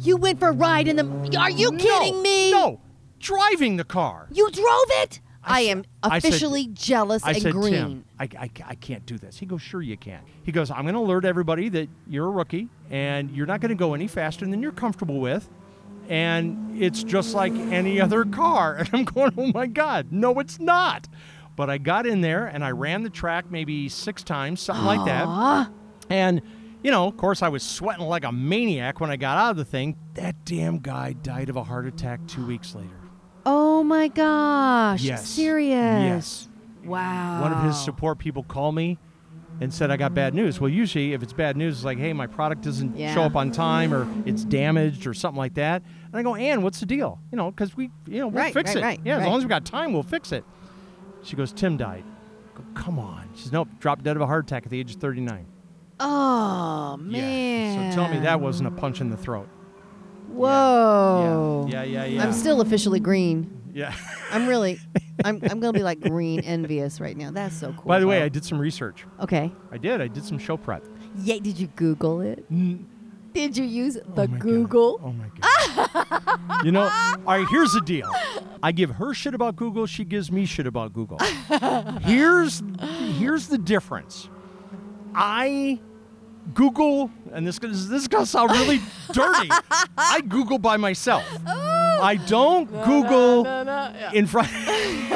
You went for a ride in the. Are you kidding No, me? No, driving the car. You drove it? I, I s- am I said- officially jealous I and said, green. Tim, I, I, I can't do this. He goes, sure you can. He goes, I'm going to alert everybody that you're a rookie and you're not going to go any faster than you're comfortable with. And it's just like any other car. [laughs] And I'm going, oh my God, no, it's not. But I got in there and I ran the track maybe six times, something like that. And, you know, of course, I was sweating like a maniac when I got out of the thing. That damn guy died of a heart attack two weeks later. Oh my gosh. Yes. Serious. Yes Wow. one of his support people called me and said I got bad news. Well, usually if it's bad news, it's like, hey, my product doesn't Yeah. show up on time or it's damaged or something like that. And I go, Ann, what's the deal? You know, because we, you know, we'll Right, fix right, it. right, yeah, as right. long as we got time, we'll fix it. She goes, Tim died. I go, Come on. She says, nope, dropped dead of a heart attack at the age of 39. Oh man. Yeah. So tell me that wasn't a punch in the throat. Whoa. Yeah, yeah, yeah. Oh. I'm still officially green. Yeah. [laughs] I'm really. I'm. I'm gonna be like green envious right now. That's so cool. By the way, though. I did some research. Okay. I did. I did some show prep. Yeah. Did you Google it? Did you use the my God. Google? Oh my god. you know, all right, here's the deal. I give her shit about Google, she gives me shit [laughs] about Google. here's here's the difference. I Google, and this is this is gonna [laughs] sound really dirty. I Google by myself. Oh. I don't Google in front. [laughs]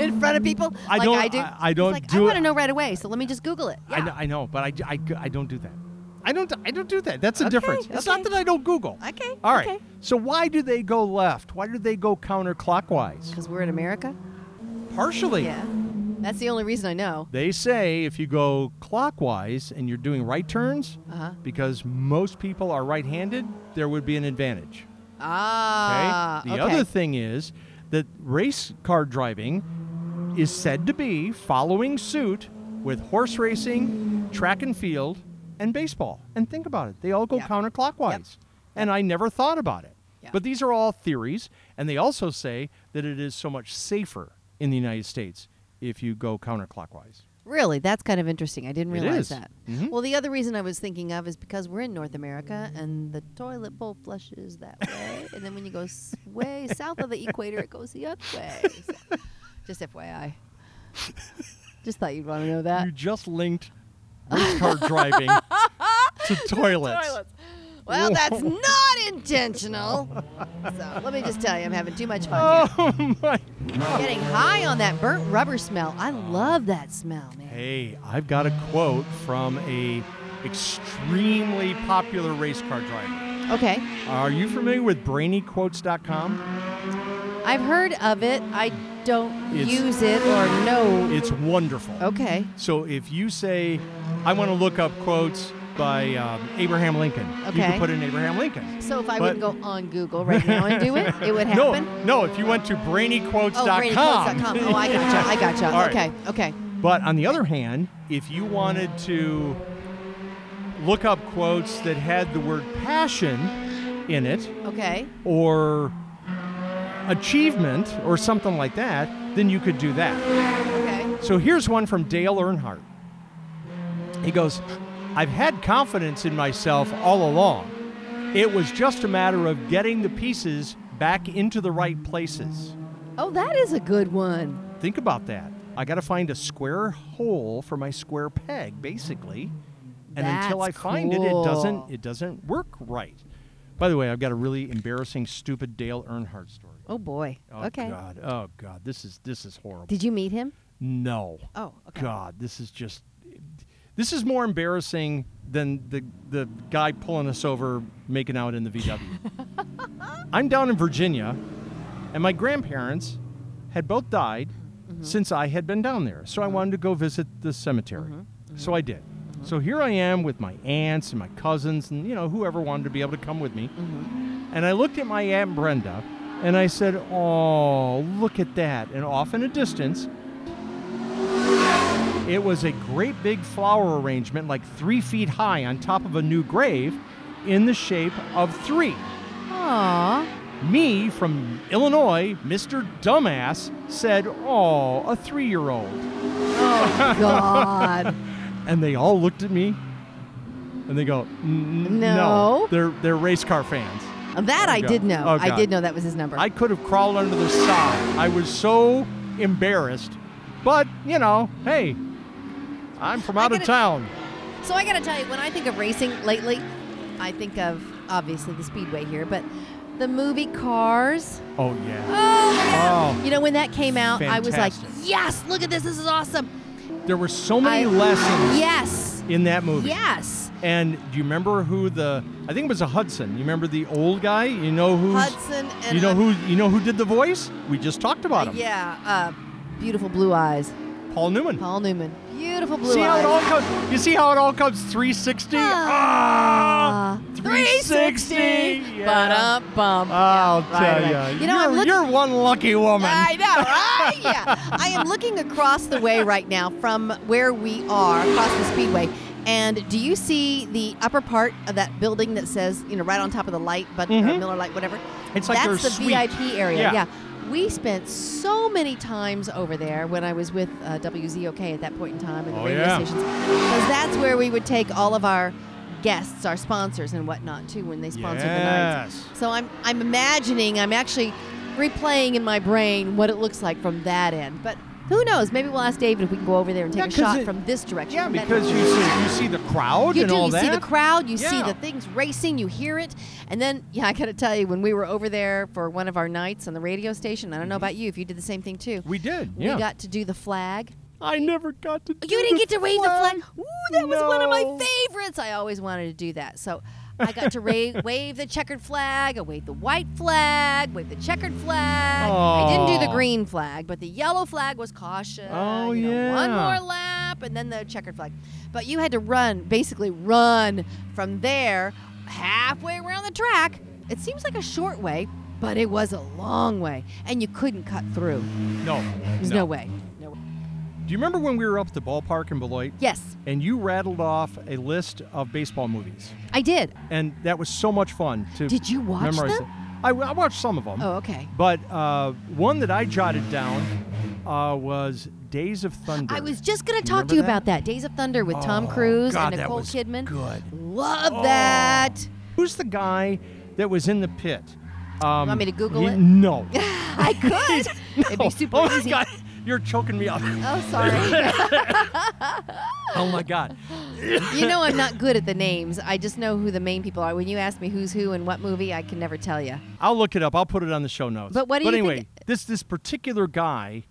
In front of people? Oh. I like don't- I do? I- I It's don't like, do I it- want to know right away, so let me just Google it. I, kn- I know, but I, d- I g- I don't do that. I don't I don't do that. That's a difference. It's not that I don't Google. Okay, All right. okay. So why do they go left? Why do they go counterclockwise? Because we're in America? Partially. Yeah. That's the only reason I know. They say if you go clockwise and you're doing right turns, Uh-huh. because most people are right-handed, there would be an advantage. Okay? Ah. the other thing is that race car driving is said to be following suit with horse racing, track and field, and baseball. And think about it, they all go Yep. counterclockwise. And I never thought about it. Yeah. But these are all theories, and they also say that it is so much safer in the United States if you go counterclockwise. Really, that's kind of interesting. I didn't It realize is. that. Mhm. Well, the other reason I was thinking of is because we're in North America and the toilet bowl flushes that way, and then when you go s- way south of the equator, it goes the other way. So, just FYI. Just thought you'd want to know that. You just linked race car [laughs] driving to toilets. [gasps] Well, that's not intentional. So let me just tell you, I'm having too much fun here. Oh my Getting high on that burnt rubber smell. I love that smell, man. Hey, I've got a quote from a extremely popular race car driver. Okay. Are you familiar with brainyquotes.com? I've heard of it. I don't It's- use it or know. It's wonderful. okay. So if you say, I want to look up quotes by um, Abraham Lincoln, you Okay. can put in Abraham Lincoln. So if I But- would go on Google right now and do it, it would [laughs] No, happen. no, if you went to brainyquotes.com. Oh, brainyquotes.com. Oh, I gotcha. I gotcha. [laughs] All right. Okay. Okay. But on the other hand, if you wanted to look up quotes that had the word passion in it, Okay. or achievement or something like that, then you could do that. Okay. So here's one from Dale Earnhardt. He goes, I've had confidence in myself all along. It was just a matter of getting the pieces back into the right places. Oh, that is a good one. Think about that. I got to find a square hole for my square peg, basically. And until I That's find it, it cool. doesn't it doesn't work right. By the way, I've got a really embarrassing, stupid Dale Earnhardt story. Oh boy. Oh okay. God. Oh God. This is this is horrible. Did you meet him? no. Oh, okay. God. This is just. This is more embarrassing than the the guy pulling us over, making out in the VW. I'm down in Virginia, and my grandparents had both died since I had been down there. So I wanted to go visit the cemetery. So I did. So here I am with my aunts and my cousins and you know whoever wanted to be able to come with me. And I looked at my Aunt Brenda and I said, Oh, look at that. And off in a distance, it was a great big flower arrangement, like three feet high on top of a new grave in the shape of three. Aw. Me from Illinois, Mr. Dumbass, said, Oh, a three year old. [laughs] God. And they all looked at me and they go, "N- No. no. They're, they're race car fans. that I God. did know. Oh, I God. did know that was his number. I could have crawled under the sod. I was so embarrassed. But, you know, hey, I'm from out of gotta- town. So I got to tell you, when I think of racing lately, I think of obviously the speedway here, but the movie Cars. Oh, Oh, look yeah. at that. Oh. you know when that came out, I was like, Fantastic. "Yes, look at this. This is awesome." Oh, There were so many I- lessons Yes, in that movie. yes. And do you remember who the, I think it was a Hudson. You remember the old guy? You know who? Hudson and You know uh, who? You know who did the voice? We just talked about him. Yeah, uh, beautiful blue eyes, Paul Newman. Paul Newman. Beautiful blue see how eyes. it all comes. You see how it all comes 360. Ah, 360. Yeah. Ba-dum, bum. Ah. I'll Yeah, tell right, you. right. You You know, are I'm looking. you're one lucky woman. I know, right? yeah. I am looking across the way right now from where we are, across the speedway. And do you see the upper part of that building that says, you know, right on top of the light, but or Mhm. Miller Light, whatever? It's like That's the their suite. VIP area. Yeah. Yeah. We spent so many times over there when I was with uh, WZOK at that point in time and the Oh, radio yeah. stations. Because that's where we would take all of our guests, our sponsors, and whatnot too when they sponsor the Yes. nights. So I'm I'm imagining I'm actually replaying in my brain what it looks like from that end. But who knows? Maybe we'll ask David if we can go over there and take Yeah, a 'cause shot it- from this direction. Yeah, from that because direction. you see, you see the crowd You and do. all you that. see the crowd. You see Yeah. the things racing. You hear it, and then yeah, I gotta tell you, when we were over there for one of our nights on the radio station, I don't know about you if you did the same thing too. Mm-hmm. We did. We yeah. got to do the flag. I never got to. do You didn't the get to wave the flag. Ooh, that was one of No. my favorites. I always wanted to do that. So I got to [laughs] ra- wave the checkered flag. I waved the white flag. Waved the checkered flag. I didn't do Aw. the green flag, but the yellow flag was caution. Oh, you know, One yeah. more lap, and then the checkered flag. But you had to run, basically run from there halfway around the track. It seems like a short way, but it was a long way, and you couldn't cut through. No. There's no, way. No way. Do you remember when we were up at the ballpark in Beloit? Yes, And you rattled off a list of baseball movies, I did. and that was so much fun to. Did you watch memorize them? it. I, I watched some of them. Oh, okay. But uh, one that I jotted down uh, was Days of Thunder. I was just going to Do talk to remember you that? about that. Days of Thunder with Tom Oh, Cruise God, and that Nicole was Kidman. Good. Oh. Love that. Who's the guy that was in the pit? Um, want me to Google he- it? [laughs] No. I could. It'd [laughs] No. be super oh my easy. God. You're [laughs] choking me up. Oh, [laughs] sorry. Oh my God. you know I'm not good at the names. I just know who the main people are. When you ask me who's who and what movie, I can never tell you. I'll look it up. I'll put it on the show notes. But what do but you think- anyway, this this particular guy,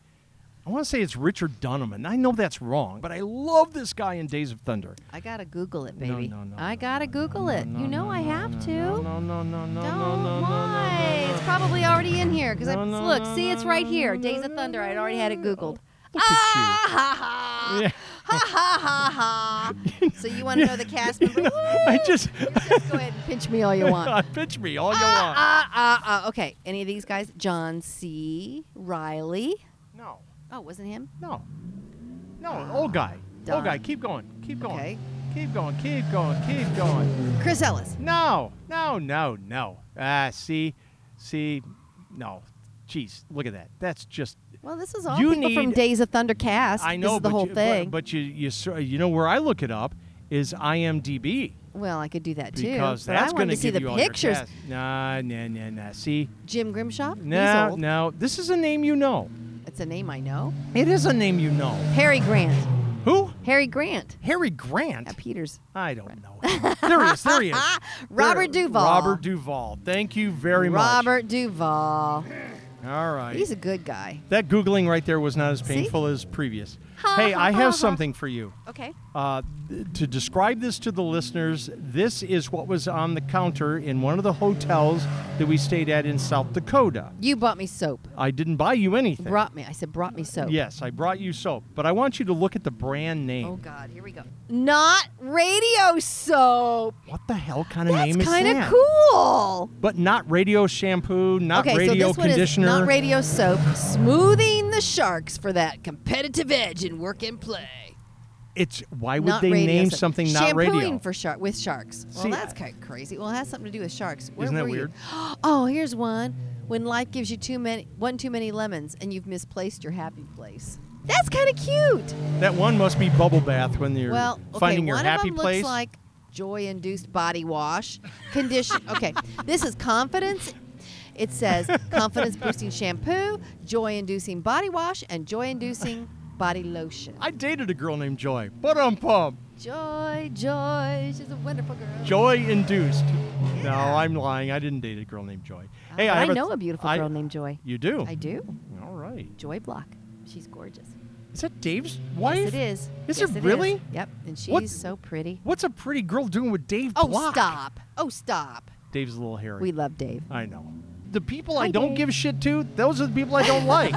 I want to say it's Richard Dunham, and I know that's wrong, but I love this guy in Days of Thunder. I gotta Google it, baby. no, no, I no, gotta Google it. you know I have to. No, no, no, no, Don't. no, no, no, Why? no, no. It's probably already in here. Because No, I no, look, no, see, it's no, right no, here. no, Days of no, Thunder. I'd already had it Googled. Look at Ah, [laughs] ha, ha. you. Yeah. ha ha ha ha. So you want to know the cast member? [laughs] You know, I Woo! just Just go ahead and pinch me all you want. I pitch me [laughs] all you want. Ah ah ah. Okay. Any of these guys? John C. Riley. No, Oh, wasn't him? no, no, old guy, Don. old guy. Keep going, keep going, Okay. keep going, keep going, keep going. Chris Ellis. No, no, no, no. Ah, see, see, no. Jeez, look at that. That's just Well, this is all You people from need- Days of Thunder cast. I know this is the but whole you, thing. But, but you, you, sor- you know where I look it up is IMDb well, I could do that too. because but that's I wanted going to see give the you all pictures. Your cast. Nah, nah, nah, nah. See, Jim Grimshaw. He's no, old. no. This is a name you know. It's a name I know. It is a name you know. Harry Grant. Who? Harry Grant. Harry Grant. Yeah, Peters. I don't know. him. there he is. There [laughs] he is. Robert There- Duvall. Robert Duvall. Thank you very much. Robert Duvall. All right. He's a good guy. that googling right there was not as painful as previous. Ha, hey, ha, I ha, ha. have something for you. Okay. Uh, th- to describe this to the listeners, this is what was on the counter in one of the hotels that we stayed at in South Dakota. You bought me soap. I didn't buy you anything. Brought me. I said brought me soap. Yes, I brought you soap, but I want you to look at the brand name. Oh God, here we go. Not radio soap. What the hell kind of That's name is that? kind of cool. But not radio shampoo, not okay, radio so this conditioner. one is not radio soap. Smoothing the sharks for that competitive edge in work and play. it's why would not they radio name soap. something not Shampooing radio? for shark with sharks. Well, See, that's I- kind of crazy. Well, it has something to do with sharks. Where Isn't that were you? weird? [gasps] Oh, here's one. When life gives you too many, one too many lemons, and you've misplaced your happy place. That's kind of cute. that one must be bubble bath when you're Well, okay, finding your one happy of them place. looks like joy-induced body wash condition. [laughs] okay, this is confidence. It [laughs] says confidence-boosting shampoo, joy-inducing body wash, and joy-inducing body lotion. I dated a girl named Joy. But um pump. Joy, joy, she's a wonderful girl. Joy induced. No, I'm lying. I didn't date a girl named Joy. But Hey, I, Uh, I, have know th- a beautiful I- Oh. girl named Joy. You do. I do. All right. Joy Block. She's gorgeous. Is that Dave's wife? Yes, it is. Is yes, it is. really? Yep. And she's What- so pretty. What's a pretty girl doing with Dave Oh, Block? stop. Oh, stop. Dave's a little hairy. We love Dave. I know. The people I don't give shit to, those are the people I don't [laughs] like.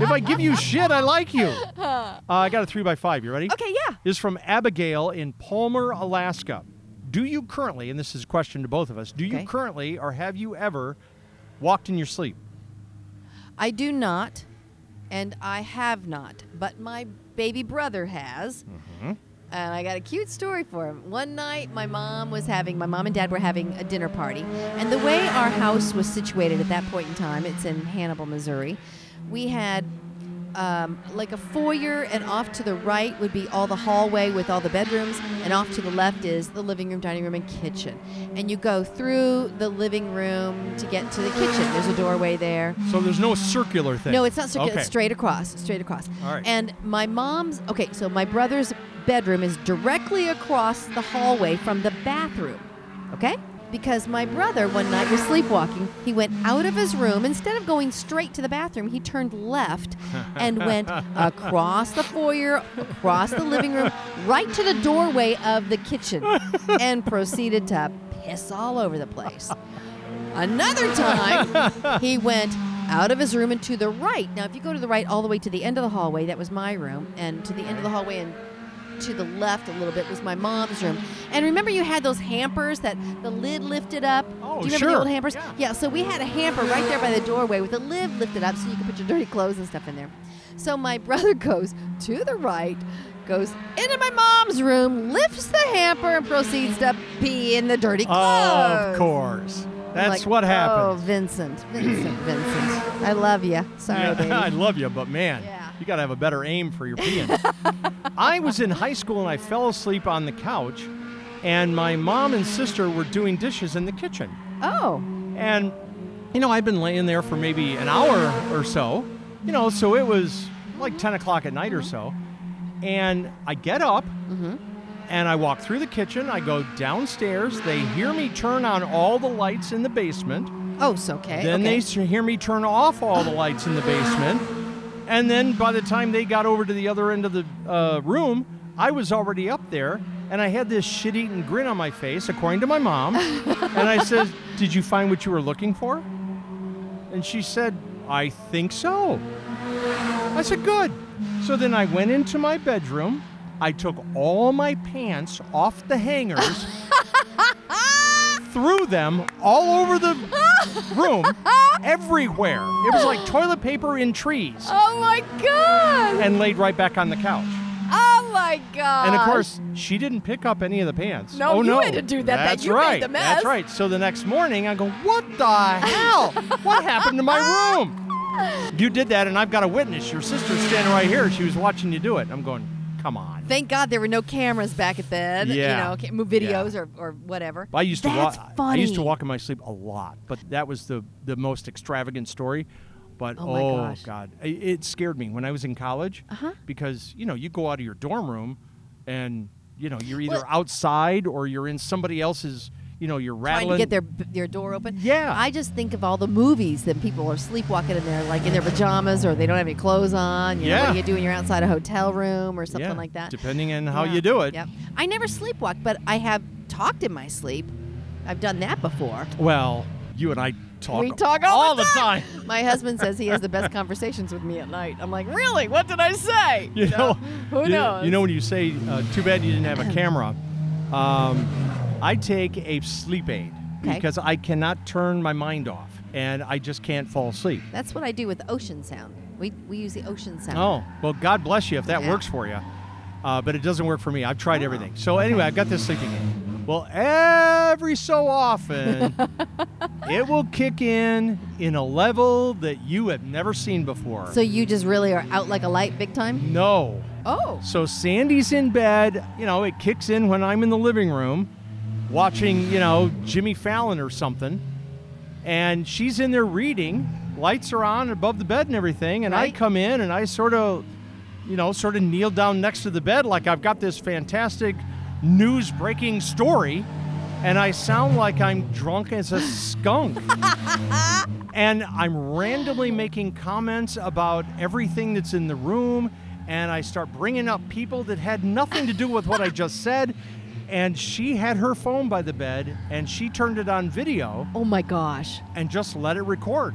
if I give you shit, I like you. Uh, I got a three by five. You ready? Okay, yeah. This is from Abigail in Palmer, Alaska. Do you currently, and this is a question to both of us, do Okay. you currently or have you ever walked in your sleep? I do not, and I have not, but my baby brother has. And I got a cute story for him. One night, my mom was having, my mom and dad were having a dinner party. And the way our house was situated at that point in time, it's in Hannibal, Missouri, we had um, like a foyer, and off to the right would be all the hallway with all the bedrooms, and off to the left is the living room, dining room, and kitchen. And you go through the living room to get to the kitchen. There's a doorway there. So there's no circular thing. No, it's not circular. Okay. It's straight across. Straight across. All right. And my mom's okay. So my brother's bedroom is directly across the hallway from the bathroom. Okay. Because my brother one night was sleepwalking, he went out of his room. Instead of going straight to the bathroom, he turned [laughs] left and went across the foyer, across the living room, right to the doorway of the [laughs] kitchen, and proceeded to piss all over the place. Another time, he went out of his room and to the right. Now, if you go to the right all the way to the end of the hallway, that was my room, and to the end of the hallway and to the left a little bit was my mom's room. And remember, you had those hampers that the lid lifted up. Oh, Do you remember the sure. old hampers? Yeah. so we had a hamper right there by the doorway with the lid lifted up so you could put your dirty clothes and stuff in there. So my brother [laughs] goes to the right, goes into my mom's room, lifts the hamper, and proceeds to pee in the dirty clothes. Oh, Of course. I'm That's like, what Oh, happens. Vincent, [clears throat] Vincent, Vincent. I love you. Sorry, Yeah, [laughs] baby. I love you, but man, Yeah. you got to have a better aim for [laughs] your peeing. I was in high school and I fell asleep on the couch, and my mom and sister were doing dishes in the kitchen. Oh, And, you know, I'd been laying there for maybe an hour or so, you know, so it was like 10 o'clock at night or so. And I get up and I walk through the kitchen. I go downstairs. They hear me turn on all the lights in the basement. oh, it's okay. Then okay. they s- hear me turn off all the lights in the basement. And then by the time they got over to the other end of the uh, room, I was already up there and I had this shit eating grin on my face, according to [laughs] my mom. and I said, Did you find what you were looking for? And she said, I think so. I said, Good. So then I went into my bedroom. I took all my pants off the hangers, threw them all over the room, everywhere. It was like toilet paper in trees, Oh my god! and laid right back on the couch. Oh my god! And of course, she didn't pick up any of the pants. No, oh, you no. had to do that. That- That's you made right. the mess. That's right. So the next morning, I go, "What the hell? what happened to my room? You did that, and I've got a witness. Your sister's standing right here. She was watching you do it." I'm going, "Come on." Thank God there were no cameras back at then. You Yeah. know, ca- videos or, or whatever. I used to That's walk. I Funny. used to walk in my sleep a lot, but that was the the most extravagant story. But Oh oh, my gosh. Uh-huh. god, I- it, scared me when I was in college because you know you go out of your dorm room, and you know you're either Well- outside or you're in somebody else's. You know you're Trying rattling. to get their their door open. Yeah. I just think of all the movies that people are sleepwalking in there, like in their pajamas or they don't have any clothes on. You Know, Yeah. what do you do when you're outside a hotel room or something Yeah, like that? Depending on how Yeah. you do it. Yep. I never sleepwalk, but I have talked in my sleep. I've done that before. Well, you and I talk. We talk all, the time. [laughs] My husband says he has the best conversations with me at night. I'm like, really? What did I say? [laughs] You know. [laughs] who you, knows? You know when you say, uh, "Too bad you didn't have [clears throat] a camera." Um, I take a sleep aid Okay. because I cannot turn my mind off, and I just can't fall asleep. That's what I do with ocean sound. We, we use the ocean sound. Oh, well, God bless you if that Yeah. Oh. works for you. Uh, but it doesn't work for me. I've tried everything. So anyway, I've got this sleeping aid. Well, every [laughs] so often, it will kick in in a level that you have never seen before. So you just really are out like a light big time? no. Oh. So Sandy's in bed. You know, it kicks in when I'm in the living room watching, you know, Jimmy Fallon or something. And she's in there reading. Lights are on above the bed and everything. And Right. I come in and I sort of, you know, sort of kneel down next to the bed like I've got this fantastic news breaking story. And I sound like I'm drunk as a skunk. and I'm randomly making comments about everything that's in the room, and I start bringing up people that had nothing to do with what I just said. And she had her phone by the bed, and she turned it on video Oh my gosh. and just let it record.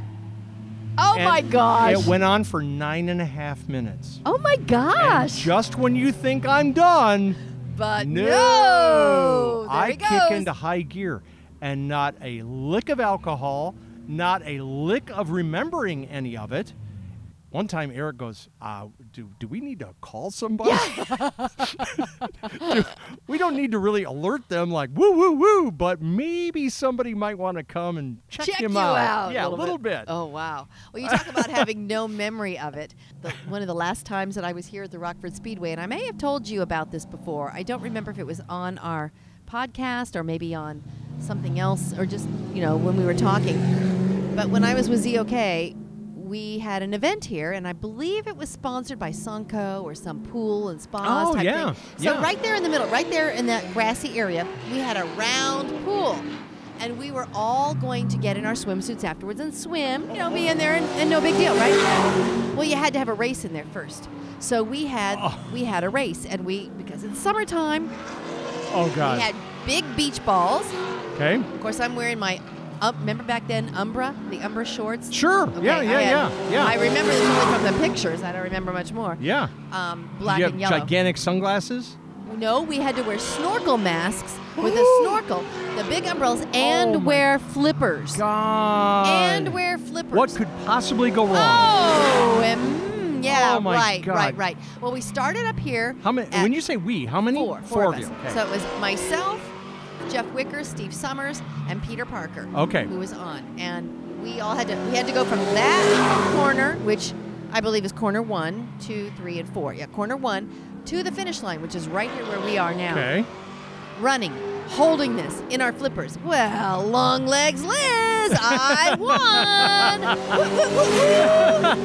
Oh And my gosh. It went on for nine and a half minutes. oh my And gosh. just when you think I'm done, but no. no, There I he goes. kick into high gear, and not a lick of alcohol, not a lick of remembering any of it. One time, Eric goes, uh, do, do we need to call somebody? [laughs] Do- we don't need to really alert them, like, woo, woo, woo, but maybe somebody might want to come and check, check him you out. out. Yeah, a little bit. Oh wow! Well, you talk about having no memory of it. The, one of the last times that I was here at the Rockford Speedway, and I may have told you about this before. I don't remember if it was on our podcast or maybe on something else, or just you know when we were talking. But when I was with ZOK, we had an event here, and I believe it was sponsored by Sunco or some pool and spa Oh, type yeah, thing. So yeah. right right there in the middle, right there in that grassy area, we had a round pool. And we were all going to get in our swimsuits afterwards and swim, you know, be in there and, and no big deal, right? Well, you had to have a race in there first. So we had we had a race and we because it's summertime, Oh, we God. had big beach balls. okay. Of course, I'm wearing my um, remember back then Umbra, the Umbra shorts. Sure. yeah, I yeah, had- yeah, yeah. I remember this only from the pictures. I don't remember much more. yeah. Um, Did black you have and yellow. gigantic sunglasses? No, we had to wear snorkel masks with a Ooh. snorkel, the big umbrellas, and Oh my wear flippers. God. And wear flippers. What could possibly go wrong? Oh, and, mm, yeah, Oh my right, God. right, right. Well, we started up here. How many? at When you say we, how many? four, four of, you. us. Okay. So it was myself, Jeff Wicker, Steve Summers, and Peter Parker. Okay. Who was on, and we all had to we had to go from that corner, which I believe is corner one, two, three, and four. Yeah, corner one to the finish line, which is right here where we are now okay. running, holding this in our flippers. Well, long legs, Liz, [laughs] I won. Woo, woo, woo, woo.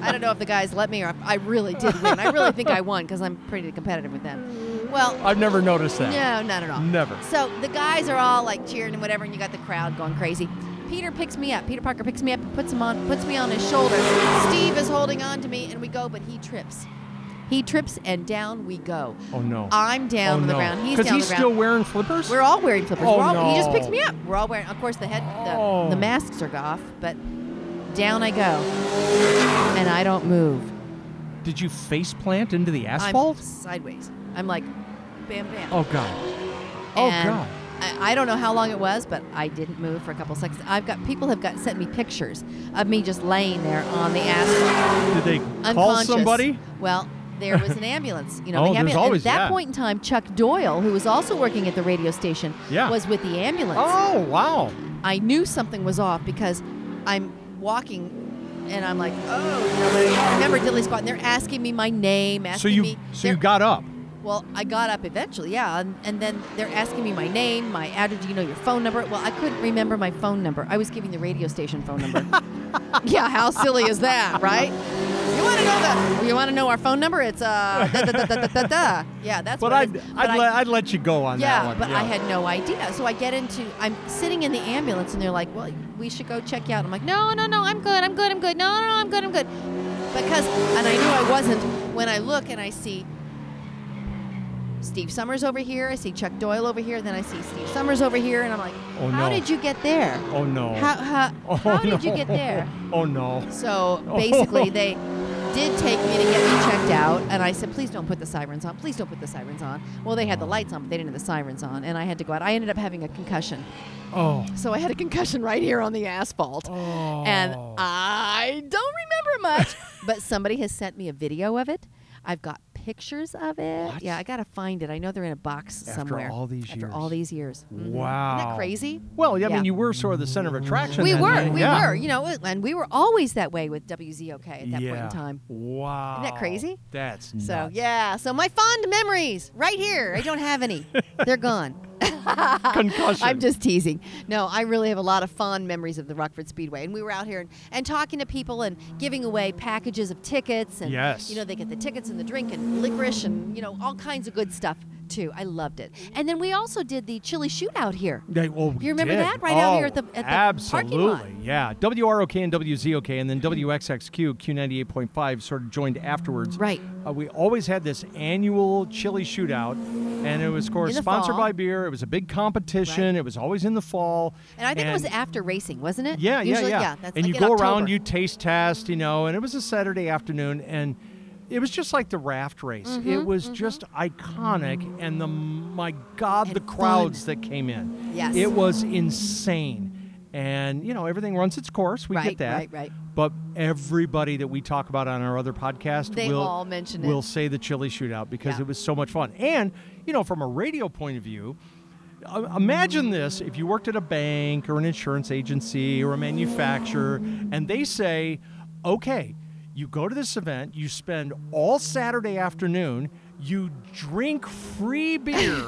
I don't know if the guys let me or if I really did win. I really think I won because I'm pretty competitive with them. Well, I've never noticed that. no, not at all. Never. So the guys are all like cheering and whatever, and you got the crowd going crazy. Peter picks me up. Peter Parker picks me up, puts him on, puts me on his shoulder. Steve is holding on to me, and we go, but he trips. He trips, and down we go. Oh no. I'm down oh, on the no. ground. He's Because down he's on the ground. still wearing flippers. We're all wearing flippers. Oh, We're all, He just no. picks me up. We're all wearing. Of course, the head, the, Oh. the masks are off, but down I go, and I don't move. Did you face plant into the I'm asphalt? sideways. I'm like, bam, bam. Oh god. Oh And god. I, I don't know how long it was, but I didn't move for a couple seconds. I've got people have got sent me pictures of me just laying there on the asphalt, Did they call unconscious. somebody? Well. There was [laughs] an ambulance, you know. Oh, the there's ambulance. always- at that yeah. point in time, Chuck Doyle, who was also working at the radio station, Yeah. was with the ambulance. Oh wow. I knew something was off because I'm walking and I'm like, oh, you know, but I remember Dilly Squad? And they're asking me my name, asking So you me. so you they're- got up. Well, I got up eventually, yeah, and, and then they're asking me my name, my address. Do you know your phone number? Well, I couldn't remember my phone number. I was giving the radio station phone [laughs] number. yeah, how silly is that, right? You want to know the? You want to know our phone number? It's uh, da, da, da, da, da, da. yeah, that's. what But I'd it is. I'd, I- let I'd let you go on yeah, that one. but I had no idea. So I get into, I'm sitting in the ambulance, and they're like, "Well, we should go check you out." I'm like, "No, no, no, I'm good, I'm good, I'm good. No, no, no, I'm good, I'm good." Because, and I knew I wasn't. When I look and I see Steve Summers over here, I see Chuck Doyle over here, then I see Steve Summers over here, and I'm like, Oh, "How no. did you get there? Oh no. How how, [laughs] [laughs] oh, how did no. you get there?" [laughs] Oh no. So Oh. basically, [laughs] they did take me to get me checked out, and I said, "Please don't put the sirens on. Please don't put the sirens on." Well, they had the lights on, but they didn't have the sirens on, and I had to go out. I ended up having a concussion, Oh. so I had a concussion right here on the asphalt, Oh. and I don't remember much. but somebody has sent me a video of it. I've got pictures of it. What? Yeah, I gotta find it. I know they're in a box After somewhere. all these After years. all these years. Mhm. Wow. Isn't that crazy? Well, yeah, I Yeah. mean, you were sort of the center of attraction. We then, were, and- we yeah. were, you know, and we were always that way with WZOK at that point in time. Wow. Isn't that crazy? That's So nuts. yeah, so my fond memories right here. I don't have any; they're [laughs] gone. Concussion. I'm just teasing. No, I really have a lot of fond memories of the Rockford Speedway, and we were out here and, and talking to people and giving away packages of tickets, and Yes. you know they get the tickets and the drink and licorice and you know all kinds of good stuff too. I loved it. And then we also did the chili shootout here. They- well, we You remember did. that right out here Oh, at the- at the absolutely. parking lot? Yeah. WROK and WZOK and then WXXQ Q98.5 sort of joined afterwards. Right. Uh, we always had this annual chili shootout, and it was, of course, In the sponsored fall. by beer. It was a big competition. Right. It was always in the fall. And I think it was after racing, wasn't it? Yeah, Usually, yeah, yeah. that's like and you in go October. around, you taste test, you know, and it was a Saturday afternoon, and it was just like the raft race. Mm-hmm, it was just iconic, and the my God, And the fun. crowds that came in. Yes. it was insane, and you know everything runs its course. We Right, get that. right, right. But everybody that we talk about on our other podcast They will, all mention it. will say the chili shootout because Yeah. it was so much fun. And, you know, from a radio point of view, uh, imagine this if you worked at a bank or an insurance agency or a manufacturer and they say, okay, you go to this event, you spend all Saturday afternoon, you drink free beer.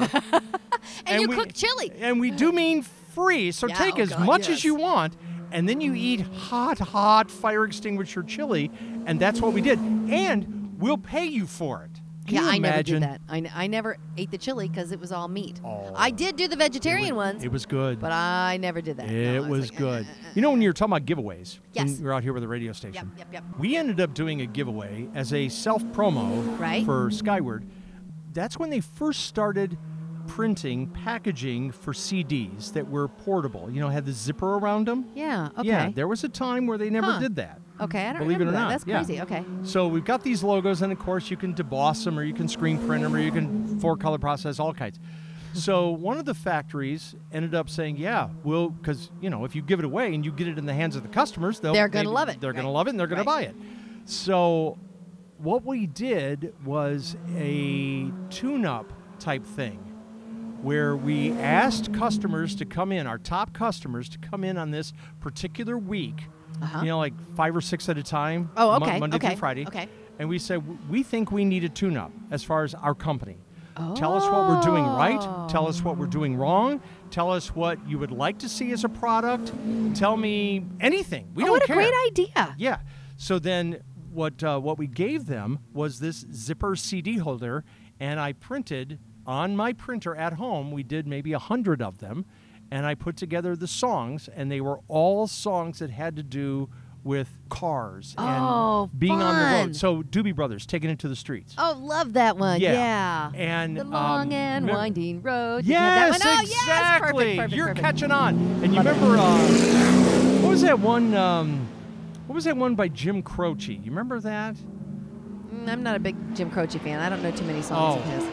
And you we- cook chili. And we do mean free, so Yeah, take oh as God, much yes. as you want. And then you eat hot, hot fire extinguisher chili, and that's what we did. And we'll pay you for it. Can yeah, you I never imagine? did that. I, n- I never ate the chili because it was all meat. I did do the It vegetarian wa- ones, It was good. but I never did that. No, I it was, like, eh, eh, good. you know, when you were talking about giveaways, Yes. when you were out here with the radio station, yep, yep. we ended up doing a giveaway as a self promo Right. for Skyward. That's when they first started printing packaging for CDs that were portable, you know, had the zipper around them. Yeah. Okay. Yeah, there was a time where they never Huh. did that. okay. I don't Believe it remember that. or not, That's yeah. crazy. Okay. So we've got these logos, and of course, you can deboss them, or you can screen print them, or you can four color process all kinds. So one of the factories ended up saying, "Yeah, we'll," because you know, if you give it away and you get it in the hands of the customers, they'll, They're gonna they- love it. They're going to Right. love it, and they're going Right. to buy it. So what we did was a tune-up type thing where we asked customers to come in, our top customers to come in on this particular week, Uh-huh. you know, like five or six at a time. Oh, Mon- okay, Monday okay, through Friday. okay. And we said, "W- we think we need a tune up as far as our company. Tell us what we're doing right. Tell us what we're Oh. doing wrong. Tell us what you would like to see as a product. Tell me anything. We Oh, don't what a care. great idea. Yeah. So then what uh, what we gave them was this zipper CD holder, and I printed on my printer at home. We did maybe a hundred of them, and I put together the songs, and they were all songs that had to do with cars Oh, and being on the fun. road. So Doobie Brothers taking it to the streets. Oh, love that one. Yeah. And the long um, and remember- winding road. Did you have Yes, that one? Oh, yes. exactly. Perfect, perfect, You're perfect. catching on. And you remember uh, what was that one? Um, what was that one by Jim Croce? You remember that? Mm, I'm not a big Jim Croce fan. I don't know too many songs of Oh. his.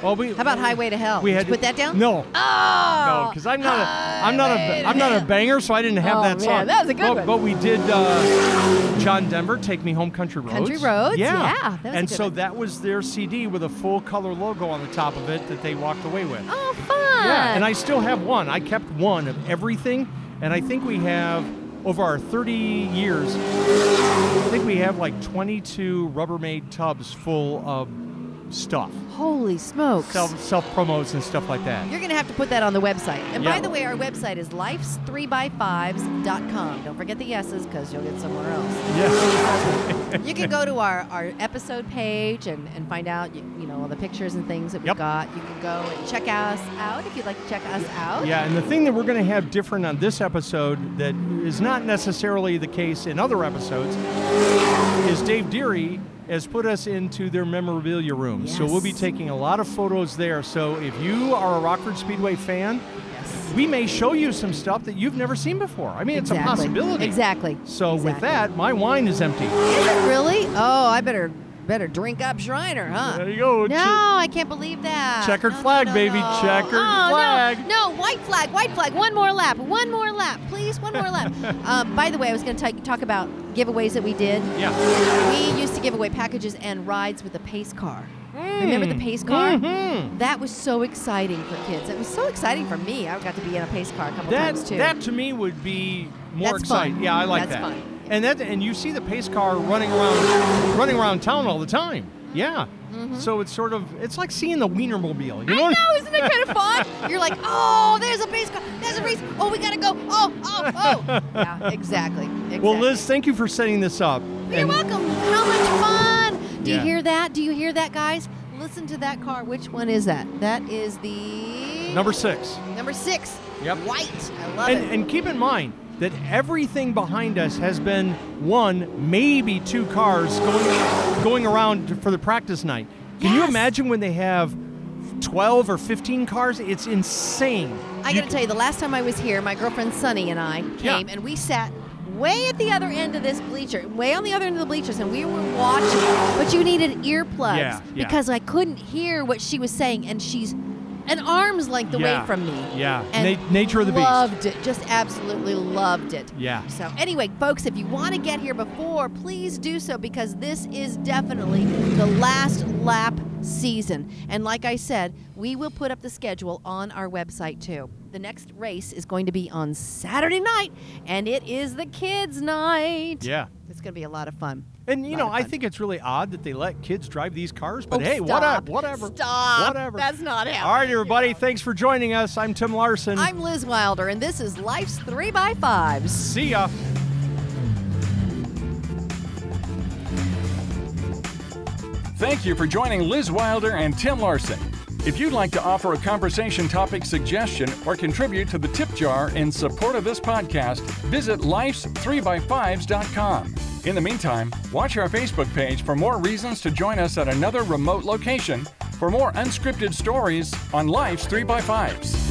Well, we, How about Highway to Hell? We Did had you put that down? No. Oh. No, because I'm not a I'm not a I'm not a banger, so I didn't have Oh, that man, song. that was a good but, one. But we did uh, John Denver, "Take Me Home, Country Roads." Country Roads, yeah, that was a and good so one. that was their CD with a full color logo on the top of it that they walked away with. Oh, fun. Yeah, and I still have one. I kept one of everything, and I think we have over our 30 years. I think we have like 22 Rubbermaid tubs full of stuff, Holy smokes. self self promos and stuff like that. You're going to have to put that on the website. And by Yeah. the way, our website is lifes3by5s.com. Don't forget the yeses because you'll get somewhere else. Yeah. you can go to our, our episode page and, and find out, you, you know, all the pictures and things that we've Yep. got. You can go and check us out if you'd like to check us out. Yeah, and the thing that we're going to have different on this episode that is not necessarily the case in other episodes is Dave Deary has put us into their memorabilia room. So we'll be Yes. taking a lot of photos there. So if you are a Rockford Speedway fan, Yes. we may show you some stuff that you've never seen before. I mean, it's a Exactly. possibility. Exactly. So with Exactly. that, my wine is empty. Is it really? Oh, I better better drink up Shriner, huh? There you go. No, I can't believe that. Checkered No, no, flag, no, baby. no. Checkered oh, flag. No. no, white flag, white flag. One more lap, one more lap, please. One more [laughs] lap. Um, by the way, I was going to talk about giveaways that we did. Yeah. We used to give away packages and rides with a pace car. Mm. Remember the pace car? Mhm. That was so exciting for kids. It was so exciting for me. I got to be in a pace car a couple That times too. that to me would be more That's exciting. fun. Yeah, I like That's that. fun. And that and you see the pace car running around running around town all the time. Yeah. So it's sort of it's like seeing the Wienermobile. You know? Mm-hmm. I know, isn't it kind of fun? You're like, oh, there's a race car, there's a race. Oh, we gotta go. Oh, oh, oh. [laughs] Yeah, exactly. exactly. Well, Liz, thank you for setting this up. you're And- welcome. How much fun? Do you Yeah. hear that? Do you hear that, guys? Listen to that car. Which one is that? That is the Number six. number six. Yep. White. I love And, it. and keep in mind that everything behind us has been one, maybe two cars going going around for the practice night. Can you Yes. imagine when they have 12 or 15 cars? It's insane. I gotta tell you, the last time I was here, my girlfriend Sunny and I came Yeah. and we sat way at the other end of this bleacher, way on the other end of the bleachers, and we were watching. But you needed earplugs Yeah, yeah. because I couldn't hear what she was saying, and she's an arm's length away Yeah. from me. Yeah. And Na- nature of the beast. Loved it. Just absolutely loved it. Yeah. So anyway, folks, if you want to get here before, please do so because this is definitely the last lap season. And like I said, we will put up the schedule on our website too. The next race is going to be on Saturday night, and it is the kids' night. Yeah. It's going to be a lot of fun. And you Lot know, of I fun. think it's really odd that they let kids drive these cars, but Oh, hey, stop. what whatever. Stop. Whatever. That's not happening. All right, everybody, thanks for joining us. I'm Tim Larson. I'm Liz Wilder, and this is Life's 3 by 5s See ya. Thank you for joining Liz Wilder and Tim Larson. If you'd like to offer a conversation topic suggestion or contribute to the tip jar in support of this podcast, visit life's3by5s.com. In the meantime, watch our Facebook page for more reasons to join us at another remote location for more unscripted stories on Life's 3x5s.